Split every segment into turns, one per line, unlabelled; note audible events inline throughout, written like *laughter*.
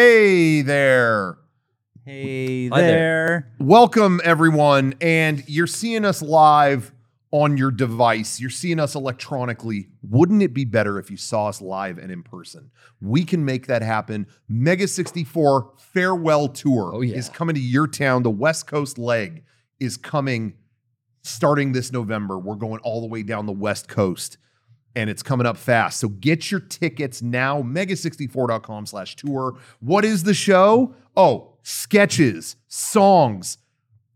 Hey there.
Hey
Hi
there.
Welcome, everyone. And you're seeing us live on your device, you're seeing us electronically. Wouldn't it be better if you saw us live and in person? We can make that happen. Mega 64 Farewell Tour
Oh, yeah.
is coming to your town. The West Coast leg is coming starting this November. We're going all the way down the West Coast. and it's coming up fast. So get your tickets now, mega64.com slash tour. What is the show? Oh, sketches, songs,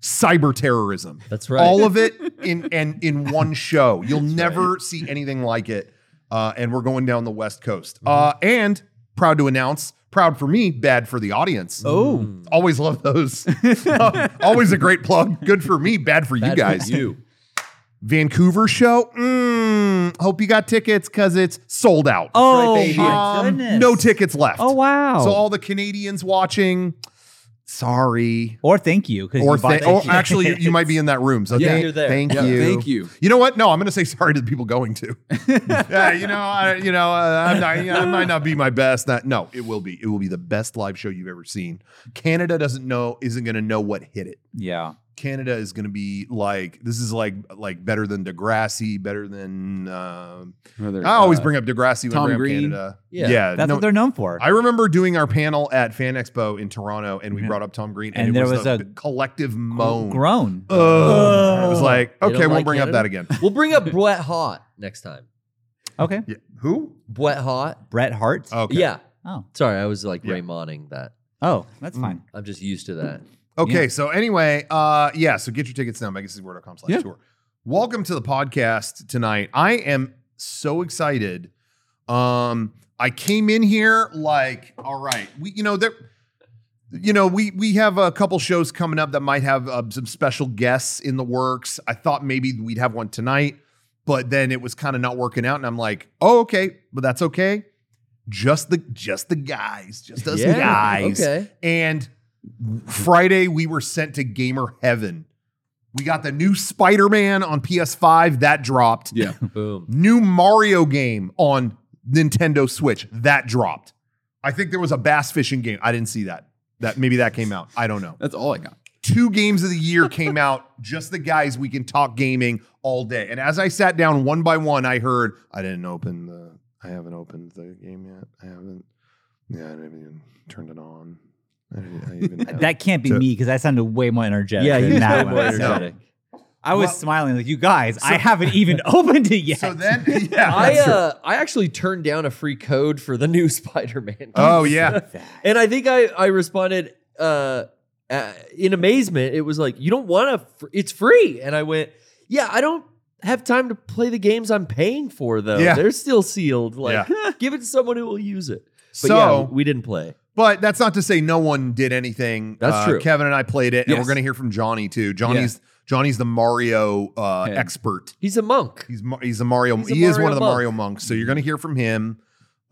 cyber terrorism.
That's right.
All of
*laughs*
it in and in one show. You'll never see anything like it. Uh, and we're going down the West Coast.
Mm-hmm.
Uh, and proud to announce, proud for me, bad for the audience.
Oh,
Always love those. *laughs* Always a great plug. Good for me, bad for you
Bad for
guys.
you.
Vancouver show. Mm, hope you got tickets because it's sold out.
Oh,
That's right, baby.
my goodness.
no tickets left.
Oh, wow.
So all the Canadians watching, sorry.
or thank you. 'cause
Or,
you bought
th-
the
or
ticket.
actually, you, you might be in that room. So
Yeah,
thank,
you're there.
thank
Yeah,
you.
thank you.
You know what? No, I'm going to say sorry to the people going
*laughs*
to. yeah, you know, I, you know, uh, I'm not, I might not be my best. Not, no, it will be. It will be the best live show you've ever seen. Canada doesn't know, isn't going to know what hit it.
yeah.
Canada is going to be like this is like like better than Degrassi, better than um
Another,
I always
uh,
bring up Degrassi when
Tom
I bring
Green.
up Canada.
Yeah.
That's
no,
what they're known for.
I remember doing our panel at Fan Expo in Toronto, and we
Yeah.
brought up Tom Green,
And there was
the
a
b- collective moan.
Grown.
Ugh. It was like,
They don't
okay, we'll
like
bring up
Canada?
that again.
We'll
*laughs*
bring up Brett Hot next time.
Oh. Okay.
Yeah. Who?
Brett Hot.
Bret Hart.
Okay.
Yeah.
Oh.
Sorry, I was like
Yeah.
Raymonding that.
Oh, that's fine.
Mm.
I'm just used to that.
Okay, so anyway, uh yeah, so get your tickets now, megasysword.com slash
Yeah.
tour. Welcome to the podcast tonight. I am so excited. Um, I came in here like, all right, we you know, there you know, we we have a couple shows coming up that might have uh, some special guests in the works. I thought maybe we'd have one tonight, but then it was kind of not working out, and I'm like, oh, okay, but that's okay. Just the just the guys, just us
Yeah,
guys. *laughs*
Okay.
And Friday, we were sent to Gamer Heaven. We got the new Spider Man on PS5, that dropped.
Yeah.
Boom.
*laughs* New Mario game on Nintendo Switch, that dropped. I think there was a bass fishing game. I didn't see that. That maybe that came out. I don't know.
That's all I got.
Two games of the year came
*laughs*
out, just the guys we can talk gaming all day. And as I sat down one by one, I heard, I didn't open the I haven't opened the game yet. I haven't yeah, I didn't even turned it on. I didn't, *laughs* I even haven't-
That can't be
So-
me because I sounded way more energetic.
Yeah,
than
you
that
sound
one.
more
I said.
energetic.
I was
Well-
smiling like you guys. I haven't even *laughs* opened it yet.
So then, *laughs* yeah.
I
that's true.
uh, I actually turned down a free code for the new *laughs* Spider-Man.
oh yeah.
and I think I I responded uh, uh in amazement. It was like, "You don't want to fr- it's free." And I went, "Yeah, I don't have time to play the games I'm paying for though.
Yeah.
They're still sealed. Like, *laughs* give it to someone who will use it." But
so,
yeah, we didn't play.
but that's not to say no one did anything.
That's
Uh,
true.
Kevin and I played it, and
Yes.
we're gonna hear from Johnny too. Johnny's Johnny's the Mario uh,
Head.
expert.
He's a monk.
He's Mar- he's a Mario.
He's a
he is
Mario
one of the
monk.
Mario monks. So you're gonna hear from him.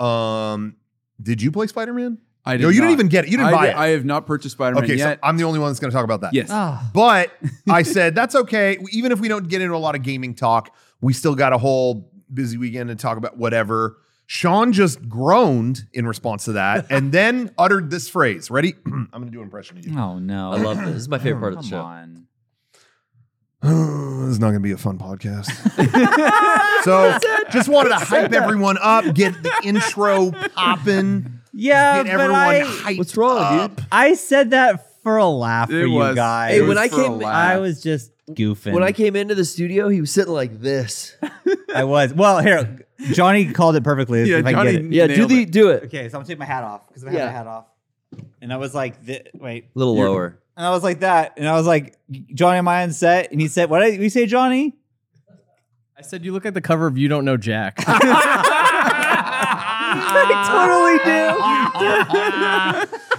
Um, did you play Spider Man?
I did
No, you
not.
didn't even get it. You didn't
I
buy
did-
it.
I have not purchased Spider-Man
okay, so
yet.
I'm the only one that's gonna talk about that.
yes.
Ah.
But I said that's okay. Even if we don't get into a lot of gaming talk, we still got a whole busy weekend to talk about whatever. Sean just groaned in response to that and then uttered this phrase. Ready? *clears throat* I'm going to do an impression of you.
*laughs* Oh no.
I love this. This is my favorite part of the
Come
show.
on.
*sighs* this is not going to be a fun podcast. so just wanted to hype everyone up, get the intro popping,
Yeah,
get
but
everyone
I,
hyped
What's wrong,
up.
dude?
I said that for a laugh for
It
you
was-
guys.
Hey,
it
when
was
I
for a
came-
laugh.
I was just goofing.
When I came into the studio, he was sitting like
*laughs*
this.
I was. Well, here, Johnny called it perfectly.
Yeah,
if I
Johnny
can get it.
Yeah, do
Nailed
the
it.
do it.
Okay, so I'm taking my hat off because I
Yeah.
have my hat off. And I was like, thi- wait.
A little
You're-
lower.
And I was like that. And I was like, Johnny, am I on set? And he said, what did we say, Johnny? *laughs*
I said you look at the cover of You Don't Know Jack.
*laughs*
I totally do.
*laughs*
*laughs*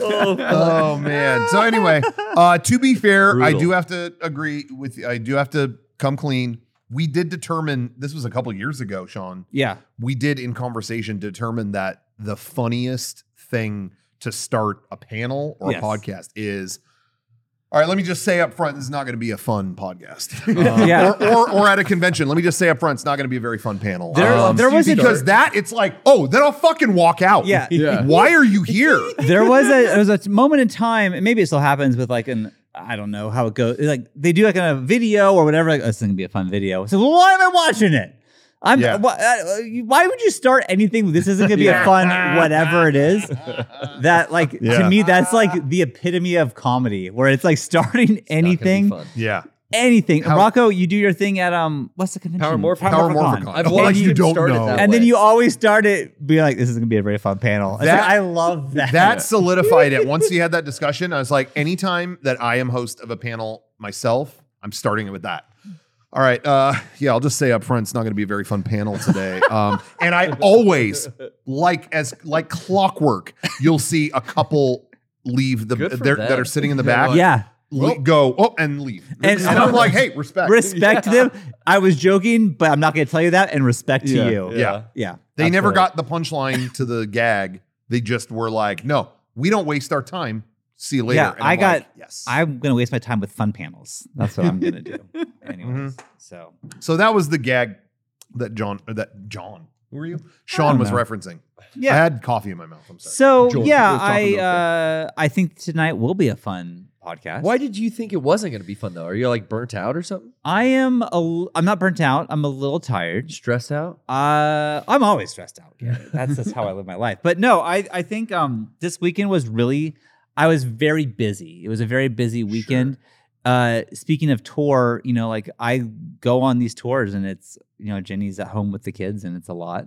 Oh man. So anyway, uh, to be fair, I
Brutal.
do have to agree with. I do have to come clean. We did determine this was a couple years ago, Sean.
Yeah.
We did in conversation determine that the funniest thing to start a panel or
Yes.
a podcast is All right, let me just say up front, this is not going to be a fun podcast. *laughs*
Yeah.
or, or, or at a convention. Let me just say up front, it's not going to be a very fun panel. Um,
There- there was a-
because that it's like, oh, then I'll fucking walk out.
Yeah.
Yeah.
Why are you here? *laughs*
there was a there was a moment in time, and maybe it still happens with like an I don't know how it goes. Like they do like a video or whatever. Like, oh, this is gonna be a fun video. So well, why am I watching it? I'm
Yeah.
why, uh, you- why would you start anything? with, This isn't gonna be a fun
*laughs*
whatever it is. That like
Yeah.
to me that's like the epitome of comedy, where it's like starting anything,
yeah.
anything.
How-
Rocco, you do your thing at um what's the convention?
Power Morph-
Power
Morphicon.
Morphicon.
I've
Oh,
watched
you
him
don't
start it
know.
that
And then
way.
you always start it being like, this is gonna be a very fun panel. It's
That-
like, I love that.
That solidified it. Once you had that discussion, I was like, anytime that I am host of a panel myself, I'm starting it with that. All right. Uh, yeah, I'll just say up front, it's not going to be a very fun panel today. Um, and I always, like as like clockwork, you'll see a couple leave the
Good for
they're-
them.
that are sitting in the
They're
back.
yeah.
le- go oh and leave. And,
And-
I'm
*laughs*
like, hey, respect.
respect them. I was joking, but I'm not going to tell you that. And respect
Yeah,
to you.
yeah.
Yeah.
they never
absolutely.
got the punchline to the gag. They just were like, no, we don't waste our time. See you later.
Yeah,
And
I
I'm
got-
like, yes.
I'm going to waste my time with fun panels. That's what I'm going to
*laughs*
do. Anyways,
Mm-hmm.
so
so that was the gag that John or that John. Who were you? Sean
don't
was
know.
referencing. I
yeah.
had coffee in my mouth. I'm sorry.
So *laughs*
George,
yeah,
we're talking
I
about
uh, I think tonight will be a fun podcast.
Why did you think it wasn't going to be fun though? Are you like burnt out or something?
I am a l- I'm not burnt out. I'm a little tired.
Stressed out?
Uh, I'm always stressed
*laughs*
out. Yeah, that's just how I live my life. But no, I I think um this weekend was really I was very busy. It was a very busy weekend. Uh, speaking of tour, you know, like I go on these tours and it's you know Jenny's at home with the kids and it's a lot.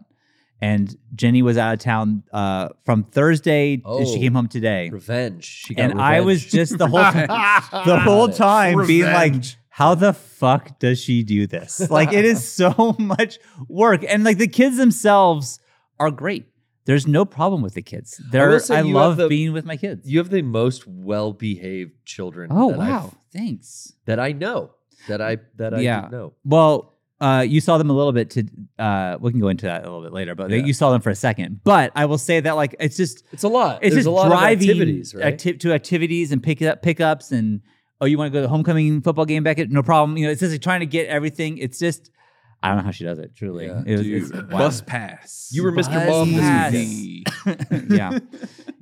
And Jenny was out of town uh from Thursday and
Oh.
she came home today.
Revenge. She got
And I was
revenge.
just the whole the
the
whole
it.
time being like
Revenge.
how the fuck does she do this like it
*laughs*
is so much work and like the kids themselves are great there's no problem with the kids
will
they're
say
i,
you have
love
the-
being with my kids
*laughs* You have the most well-behaved children.
oh
that I've-
wow thanks
that I know. That I that I
Yeah.
do know.
well uh, you saw them a little bit to uh, we can go into that a little bit later but they-
Yeah.
you saw them for a second but i will say that like it's just
It's a lot.
it's
There's
just
a lot
driving
of activities, right?
acti- to activities and pick up pickups and oh you want to go to the homecoming football game back at no problem you know it's just like trying to get everything it's just I don't know how she does it. Truly,
Yeah,
It was- it's
Dude,
wild.
bus pass.
You were Mr. Mom this
Yes.
weekend.
yeah,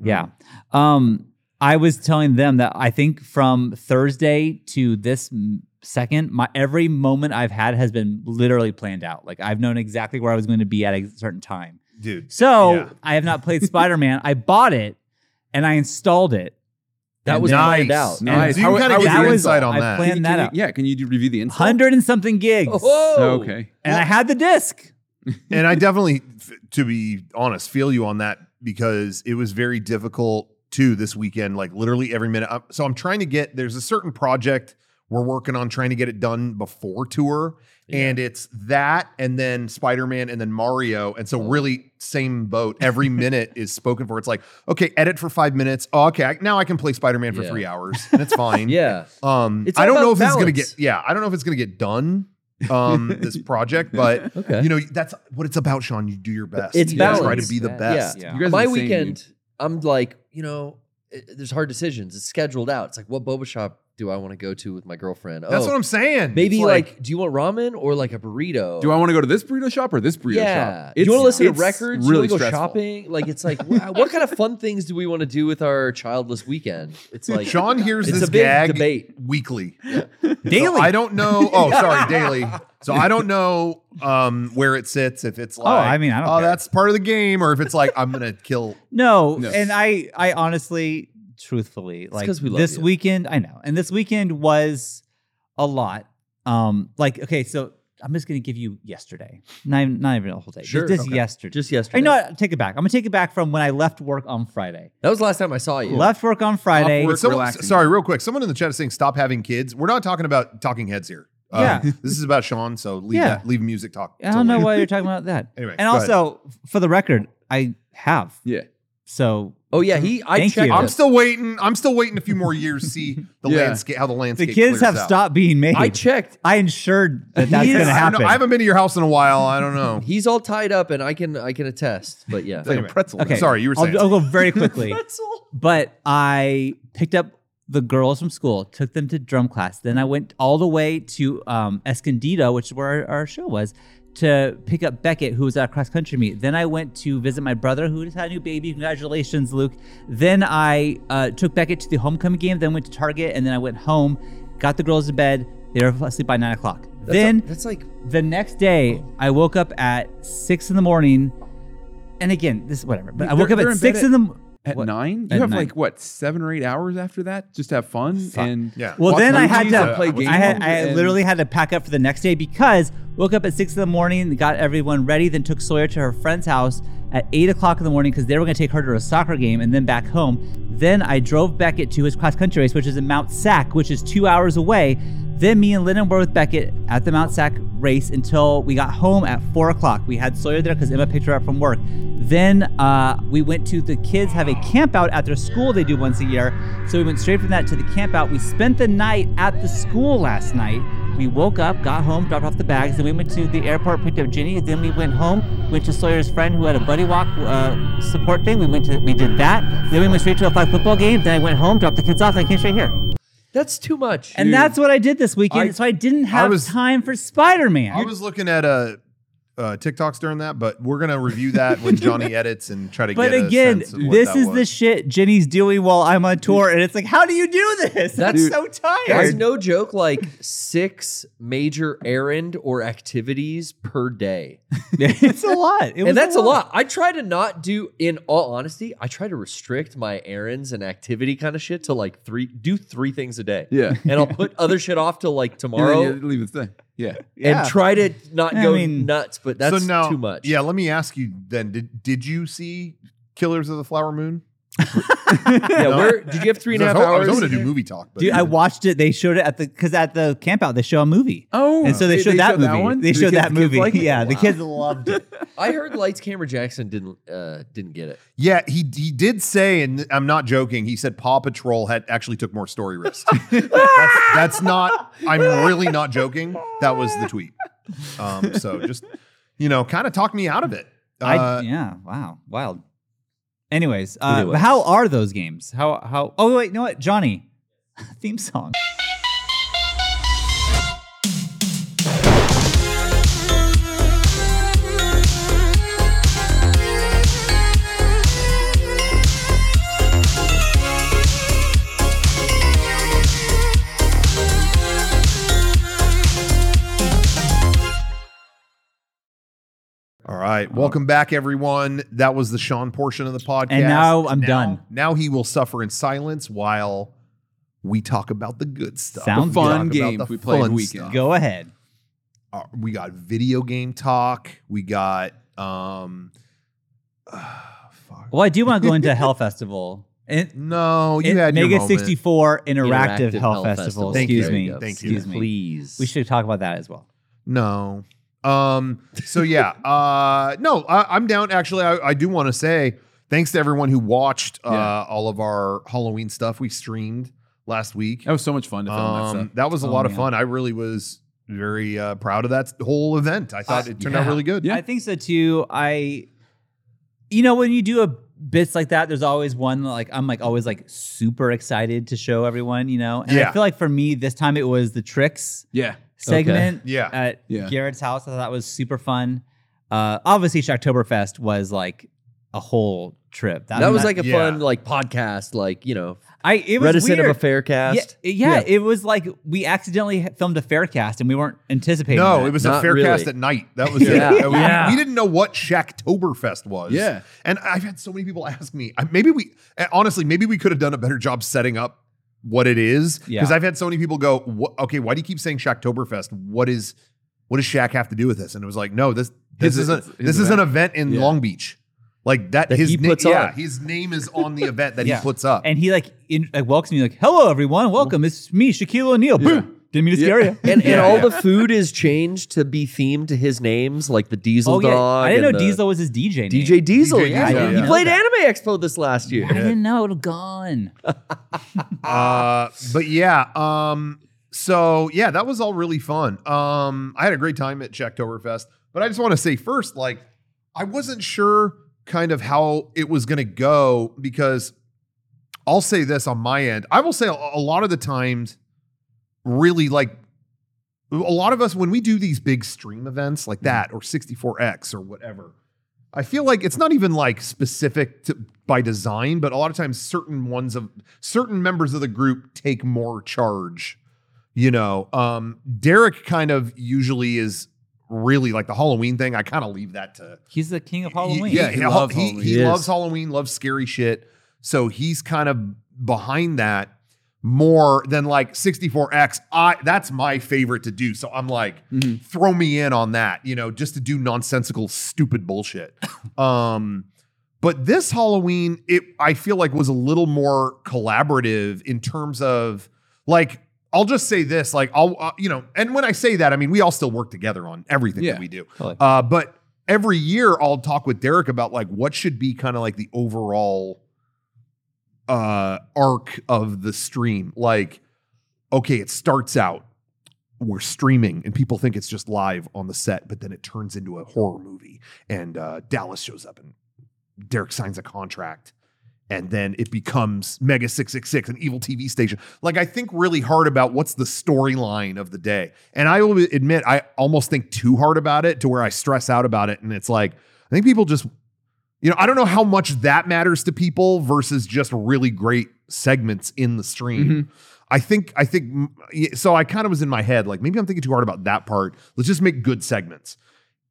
yeah. Um, I was telling them that I think from Thursday to this m- second, my every moment I've had has been literally planned out. Like I've known exactly where I was going to be at a certain time.
dude.
So
Yeah.
I have not
*laughs*
played Spider Man. I bought it and I installed it.
That
And
was
then-
planned out.
Nice.
You
How-
kind of
how was
get
your
your
inside?
insight on
I
that.
planned-
Can
that
you-
out.
Yeah, can you do, review the inside?
hundred and something gigs,
Oh,
okay.
and I had the disc.
and I definitely, f- to be honest, feel you on that because it was very difficult too this weekend. Like literally every minute. I'm- So I'm trying to get. There's a certain project we're working on trying to get it done before tour, and it's that, and then Spider Man, and then Mario, and
Oh.
so really same boat.
*laughs*
Every minute is spoken for. It's like okay, edit for five minutes. Oh, okay, I, now I can play Spider Man for
Yeah.
three hours,
*laughs*
and it's fine.
Yeah.
Um,
It's
I
all
don't know if
about
it's gonna
balance.
get. Yeah, I don't know if it's gonna get done. Um,
*laughs*
this project, but
Okay.
you know that's what it's about, Sean. You do your best.
It's
you gotta try to
balance.
be the
Yeah.
best.
Yeah.
You guys are
my
the same,
weekend,
dude.
I'm like, you know, it, there's hard decisions. It's scheduled out. It's like, what boba shop do I want to go to with my girlfriend?
That's
oh,
what I'm saying.
maybe
It's
like, do you want ramen or like a burrito?
Do I want to go to this burrito shop or this burrito
yeah.
shop?
Do you
It's-
want to listen to
it's
records? do
Really
you want to go
stressful.
shopping? Like, it's like, wow, what kind of fun things do we want to do with our childless weekend? It's like
Sean hears
it's
this
a big
gag
debate.
weekly. So
Daily.
I don't
*laughs*
know. Oh, sorry, daily. So I don't know um, where it sits. If it's like,
I mean, I don't
oh,
care.
that's part of the game, or if it's like, I'm gonna kill.
no,
No.
and I, I honestly, truthfully, like
'cause we love
this
you.
weekend, I know, and this weekend was a lot. Um, like okay, so I'm just gonna give you yesterday, not even, not even a whole day,
Sure,
just, just
okay.
yesterday.
Just
I
yesterday.
know. what? Take it back. I'm gonna take it back from when I left work on Friday.
That was the last time I saw you.
Left *laughs* work on Friday.
work.
But someone-
relaxing.
sorry, real quick. Someone in the chat is saying, "Stop having kids." We're not talking about talking heads here. Uh,
Yeah.
*laughs* this is about Sean. So leave
Yeah.
that, leave music talk.
I
till
don't know
later.
why
*laughs*
you're talking about that.
Anyway,
and
go ahead.
also, f- for the record, I have.
Yeah.
So
Oh yeah, he. I
Thank
checked.
you.
him.
I'm still waiting. I'm still waiting a few more years to
*laughs*
see the
Yeah.
landscape, how the
the
landscape.
kids
clears
have
out.
stopped being made.
I
I,
checked.
ensured that that's
Yeah,
going to
I don't know.
happen.
I haven't been to your house in a while. I don't
*laughs*
know.
He's all tied up, and I can I can attest. But yeah,
It's like
Anyway.
a pretzel.
okay,
*laughs*
*laughs*
Sorry, you were saying.
I'll, I'll go very quickly, but I picked up the girls from school, took them to drum class. Then I went all the way to um, Escondido, which is where our, our show was, to pick up Beckett, who was at a cross country meet. Then I went to visit my brother, who just had a new baby. Congratulations, Luke. Then I uh, took Beckett to the homecoming game, then went to Target, and then I went home, got the girls to bed. They were asleep by nine o'clock. then
that's like
the next day,
Oh.
I woke up at six in the morning, and again, this whatever. But I
They're-
woke up
they're
at
in
six
bed
in the. m-
At
what-
nine, you
at
have
nine.
like what seven or eight hours after that just to have fun and
Yeah.
Well,
watch
then I had
movies
to
and play games.
I had I
and-
literally had to pack up for the next day because woke up at six in the morning, got everyone ready, then took Sawyer to her friend's house at eight o'clock in the morning because they were going to take her to a soccer game and then back home. Then I drove Beckett to his cross country race, which is in Mount Sac, which is two hours away. Then me and Lennon were with Beckett at the Mount Sac race until we got home at four o'clock. We had Sawyer there because Emma picked her up from work. Then uh, we went to the kids have a camp out at their school they do once a year. So we went straight from that to the camp out. We spent the night at the school last night. We woke up, got home, dropped off the bags, then we went to the airport, picked up Ginny. Then we went home, went to Sawyer's friend who had a buddy walk uh, support thing. We went to we did that. Then we went straight to a flag football game. Then I went home, dropped the kids off, and I came straight here.
that's too much.
And that's what I did this weekend.
I-
so I didn't have
was-
time for Spider
I
Man.
was looking at uh, uh, TikToks during that, but we're gonna review that
*laughs*
when Johnny edits and try to
But
get.
again,
a sense of what
this
that
is
was.
the shit Jenny's doing while I'm on tour, and it's like, how do you do this? I'm
Dude,
so
That's
tired.
no joke. Like six major errand or activities per day,
*laughs* it's a lot, It was
and that's a lot. I try to not do. In all honesty, I try to restrict my errands and activity kind of shit to like three. Do three things a day.
Yeah.
and I'll put other shit off till like
And then
tomorrow
you leave the thing. Yeah.
Yeah.
and try to not
I
go
mean-
nuts. But that's too much.
Yeah, let me ask you then. Did did you see Killers of the Flower Moon?
yeah. Where did you have three and a half
I was ho- I was
hours?
hoping to do movie talk, but
Dude, I watched it. They showed it at the because at the campout they show a movie.
Oh,
and so they showed that movie.
one?
They
Do
showed
kids-
that
kids
movie.
like it?
yeah, the *laughs*
Wow.
kids loved it.
I heard Lights Camera Jackson didn't uh, didn't get it.
yeah, he he did say, and I'm not joking. He said Paw Patrol had actually took more story risks. *laughs* that's, that's not. I'm really not joking. That was the tweet. Um, so just you know, kind of talk me out of it. Uh,
I, yeah, wow, wild. Anyways, uh,
Anyways.
how are those games? How how? Oh wait, you know what, Johnny, *laughs* theme song.
All right. Welcome back, everyone. That was the Sean portion of the podcast.
And now I'm
Now-
done.
Now he will suffer in silence while we talk about the good stuff.
Sounds The
fun
Talk about
games
the
we played
fun
weekend.
stuff.
Go ahead.
Uh, we got video game talk. We got um *sighs* fuck.
Well, I do want to go into Hell Festival. And,
No, you
and
had your
Mega
moment.
64 Interactive, Hell, Festival.
Thank
Excuse
you.
me.
Thank you.
Excuse me.
Please.
We should talk about that as well.
No. Um, so yeah, uh, no, I, I'm down. Actually, I, I do want to say thanks to everyone who watched uh,
Yeah.
all of our Halloween stuff we streamed last week.
That was so much fun to film that stuff.
Um, that was a
Oh,
lot of
man.
fun. I really was very uh, proud of that whole event. I thought
Uh,
it turned out
yeah.
really good.
Yeah.
I think so too. I, you know, when you do a bits like that, there's always one like I'm like always like super excited to show everyone, you know. And
Yeah.
I feel like for me this time it was the tricks
Yeah. *laughs*
segment
Yeah.
at
Yeah.
Garrett's house. I thought that was super fun. Uh, obviously, Shocktoberfest was like a whole trip.
That was like a
Yeah.
fun like podcast, like you know,
I it was
reticent
weird.
of a fair
yeah,
cast.
yeah,
Yeah.
it was like we accidentally filmed a fair cast and we weren't anticipating.
No,
that.
it was a
Not
fair
really.
cast at night. That was
Yeah.
it. We-
Yeah.
We, didn't know what Shacktoberfest was.
Yeah.
And I've had so many people ask me, I- maybe we, eh, honestly, maybe we could have done a better job setting up what it is. Because
Yeah.
I've had so many people go, "Wha- okay, why do you keep saying Shacktoberfest? What is, what does Shack have to do with this? And it was like, no, this, this
His-
isn't,
his
this is an event in
Yeah.
Long Beach. Like that,
That
his
he
name,
puts
yeah,
on.
his name is on the event that
Yeah.
he puts up.
and he like, in, like welcomes me like, "Hello, everyone, welcome. It's me, Shaquille O'Neal." Boom. Didn't mean to
Yeah.
scare you.
And,
*laughs*
and
Yeah,
all
yeah.
the food is changed to be themed to his names, like the Diesel
oh yeah,
Dog.
I didn't
and
uh,
know
the
Diesel was his DJ. Name.
DJ Diesel.
DJ
yeah,
Diesel,
he
yeah.
played Anime Expo this last year.
I didn't know it was gone.
Uh, but yeah, um, so yeah, that was all really fun. Um, I had a great time at Checktoberfest, but I just want to say first, like, I wasn't sure kind of how it was going to go because I'll say this on my end. I will say a, a lot of the times, really like a lot of us when we do these big stream events like that or 64x or whatever. I feel like it's not even like specific to by design, but a lot of times certain ones of certain members of the group take more charge. You know, um, Derek kind of usually is really like the Halloween thing. I kind of leave that to
He's the king of Halloween.
yeah,
He
he,
loves
he-
Halloween.
he
Yes.
loves Halloween, loves scary shit. So he's kind of behind that more than like 64X. I that's my favorite to do. So I'm like,
Mhm.
throw me in on that, you know, just to do nonsensical, stupid bullshit. *laughs* um, but this Halloween, it I feel like was a little more collaborative in terms of like I'll just say this, like I'll uh, you know, and when I say that, I mean we all still work together on everything
Yeah.
that we do.
Totally.
Uh, but every year I'll talk with Derek about like what should be kind of like the overall uh arc of the stream. Like, okay, it starts out we're streaming and people think it's just live on the set, but then it turns into a horror movie and uh, Dallas shows up and Derek signs a contract and then it becomes Mega 666, an evil TV station. Like, I think really hard about what's the storyline of the day. And I will admit, I almost think too hard about it to where I stress out about it. And it's like, I think people just, you know, I don't know how much that matters to people versus just really great segments in the stream. I think I think mm, yeah, so. I kind of was in my head like maybe I'm thinking too hard about that part. Let's just make good segments.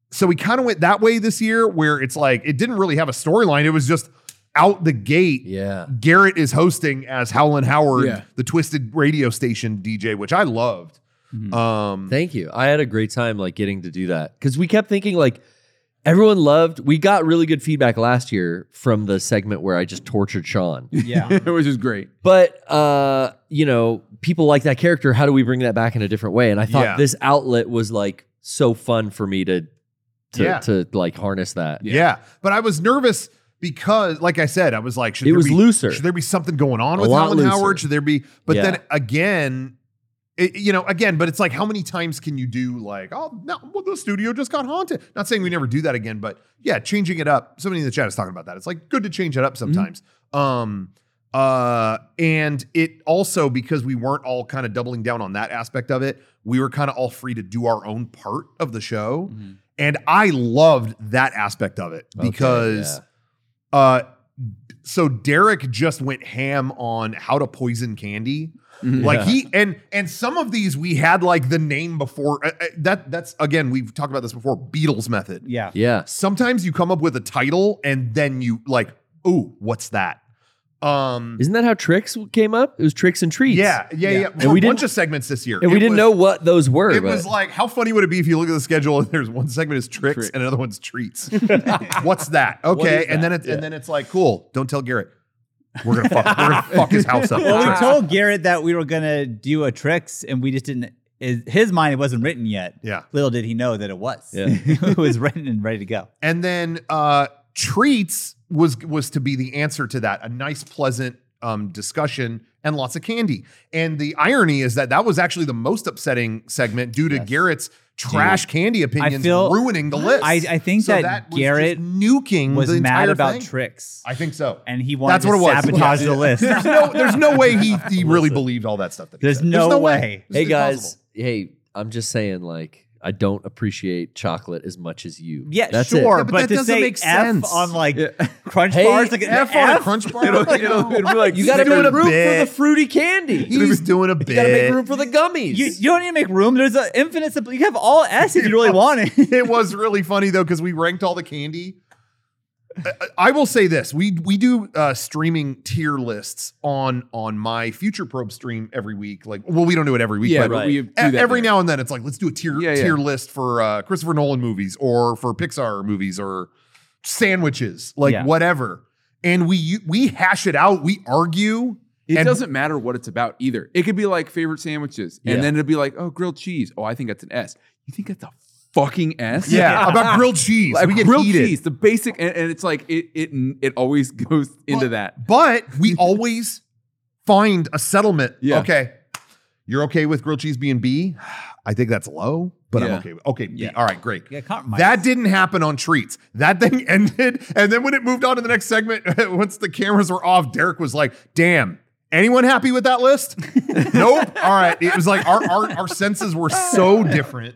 So we kind of went that way this year, where it's like it didn't really have a storyline. It was just out the gate.
Yeah.
Garrett is hosting as Howlin' Howard,
Yeah.
the Twisted Radio Station DJ, which I loved. Um,
Thank you. I had a great time like getting to do that because we kept thinking like everyone loved. We got really good feedback last year from the segment where I just tortured Sean,
Yeah.
which is great.
but uh, you know, people like that character. How do we bring that back in a different way? And I thought
Yeah.
this outlet was like so fun for me to to,
Yeah.
to like harness that.
yeah. but I was nervous because, like I said, I was like, should
It
there
was
be-
looser.
Should there be something going on
A
with
lot
Howlin'
looser.
Howard? Should there be? But
Yeah.
then again, it, you know, again, but it's like, how many times can you do like, oh no, well, the studio just got haunted? Not saying we never do that again, but yeah, changing it up. Somebody in the chat is talking about that. It's like good to change it up
Mm-hmm.
sometimes. Um, uh, and it also because we weren't all kind of doubling down on that aspect of it, we were kind of all free to do our own part of the show. And I loved that aspect of it
Mm-hmm. Okay,
because
yeah.
uh, so Derek just went ham on how to poison candy.
Mhm.
Like
Yeah.
he and and some of these we had like the name before uh, uh, that. That's again we've talked about this before. Beatles method.
yeah.
yeah.
Sometimes you come up with a title and then you like, ooh, what's that? Um,
Isn't that how tricks came up? It was tricks and treats.
yeah, yeah, yeah.
And
For
we
a bunch
didn't-
of segments this year,
and we
It
didn't
was-
know what those were.
It
but
was like, how funny would it be if you look at the schedule and there's one segment is tricks
Tricks.
and another one's
*laughs*
treats? What's that? Okay,
is
and then
that?
it, and then it's like, cool. Don't tell Garrett. We're gonna fuck. we're
*laughs*
gonna fuck his house up. with
Well, we
tricks.
told Garrett that we were gonna do a tricks, and we just didn't. Is his mind it wasn't written yet.
Yeah.
Little did he know that it was.
Yeah.
*laughs* it was written and ready to go.
And then uh, treats was was to be the answer to that. A nice, pleasant um, discussion and lots of candy. And the irony is that that was actually the most upsetting segment due to Garrett's trash candy opinions
feel-
ruining the list.
I, I think
So
that,
that was just
Garrett
nuking
was
the entire
mad about
thing.
tricks,
I think so.
and he wanted
That's what
to
it was.
sabotage
Yeah.
the list.
There's no, there's no way he,
*laughs*
he really believed all that stuff. That he
There's
said.
no way.
It's
hey
impossible.
guys, hey, I'm just saying, like, I don't appreciate chocolate as much as you.
*laughs* Yeah,
That's it.
sure,
Yeah, but
but,
that
to
doesn't
say
make
F
sense.
on like
Yeah.
crunch
Hey,
bars, like an
F on a crunch bar. *laughs*
It'll- it'll- it'll be *laughs* like
You got to
He's doing
make
a
room for the
bit.
fruity candy.
He's doing a bit.
You got to make room for the gummies.
You, you don't need to make room. There's an infinite. supp- You have all S if
*laughs*
you really want it. *laughs*
it was really funny though because we ranked all the candy. I- I will say this: we we do uh, streaming tier lists on on my Future Probe stream every week. Like, well, we don't do it every week,
yeah,
but
but we do
e-
that
every
there.
now and then it's like let's do a tier
Yeah, yeah.
tier list for uh, Christopher Nolan movies or for Pixar movies or sandwiches, like
Yeah.
whatever. And we we hash it out. We argue.
It
and-
doesn't matter what it's about either. It could be like favorite sandwiches,
Yeah.
and then it'd be like, oh, grilled cheese. Oh, I think that's an S. You think that's a fucking S?
Yeah, about *laughs* grilled cheese.
Like
we get
grilled
heated.
cheese, the basic, and, and it's like it it it always *laughs* goes into that. *laughs*
But we always find a settlement.
Yeah.
Okay. You're okay with grilled cheese being B? *sighs* I think that's low, but I'm
Yeah.
okay. With, okay, B.
Yeah.
all right, great.
Yeah, compromise.
That didn't happen on treats. That thing *laughs* ended, and then when it moved on to the next segment, *laughs* once the cameras were off, Derek was like, "Damn, anyone happy with that list?" nope. All right. It was like our, our our senses were so different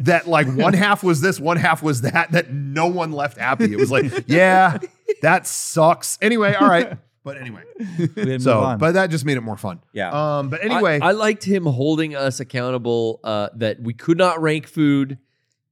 that like one half was this, one half was that. That no one left happy. It was like, yeah, that sucks. Anyway, all right. But anyway,
We had to move
so
on.
but that just made it more fun.
yeah,
Um. But anyway,
I, I liked him holding us accountable uh, that we could not rank food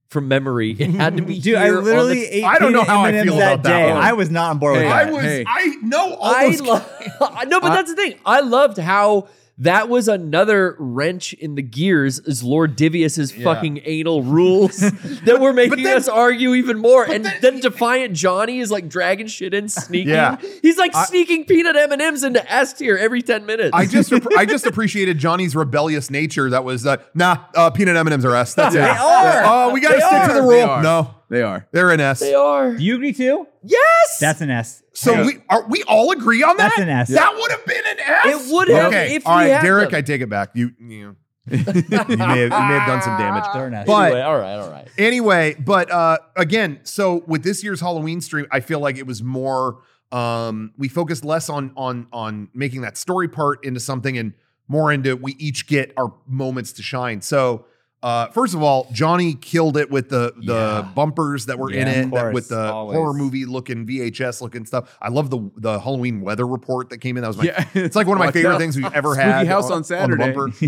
from memory. It had
*laughs*
to be
dude, I
here on
literally
the-
ate.
I don't know
peanut
how I
M&Ms
feel
that
about that
day.
one.
I was not on board with
Hey,
I
that.
was.
hey.
I know all
I
those.
*laughs* love no, but that's the thing. I loved how that was another wrench in the gears is Lord Divious's
Yeah.
fucking
*laughs*
anal rules *laughs* that were making
then-
us argue even more. And
then-
then, Defiant Johnny is like dragging shit in, sneaking.
Yeah.
He's like
I-
sneaking peanut M and M's into S tier every ten minutes.
I just appre- I just appreciated Johnny's rebellious nature. That was uh, nah. Uh, peanut M and M's are S. That's
They
it.
are.
Oh, we got to
They
stick to
are.
the
They
rule.
are.
No,
They are.
they're an S.
they are.
Do you agree too?
Yes.
That's an S.
*laughs* So
*laughs*
we are we all agree on that.
That's an S.
That would have been an S.
It would have
Okay.
if
all
we
right,
had
Derek.
them.
I take it back. You you, you, may have, you may have done some damage.
They're an S.
But-
Anyway, all right, all right.
anyway but uh again so with this year's halloween stream i feel like it was more um we focused less on on on making that story part into something and more into we each get our moments to shine so uh first of all johnny killed it with the the
Yeah.
bumpers that were in
Yeah,
it
of
that
course,
with the
always.
horror movie looking vhs looking stuff i love the the halloween weather report that came in that was my
Yeah.
it's like one of my
Watch
favorite
out.
things
*laughs*
we've ever
Spooky
had
House on Saturday.
the bumper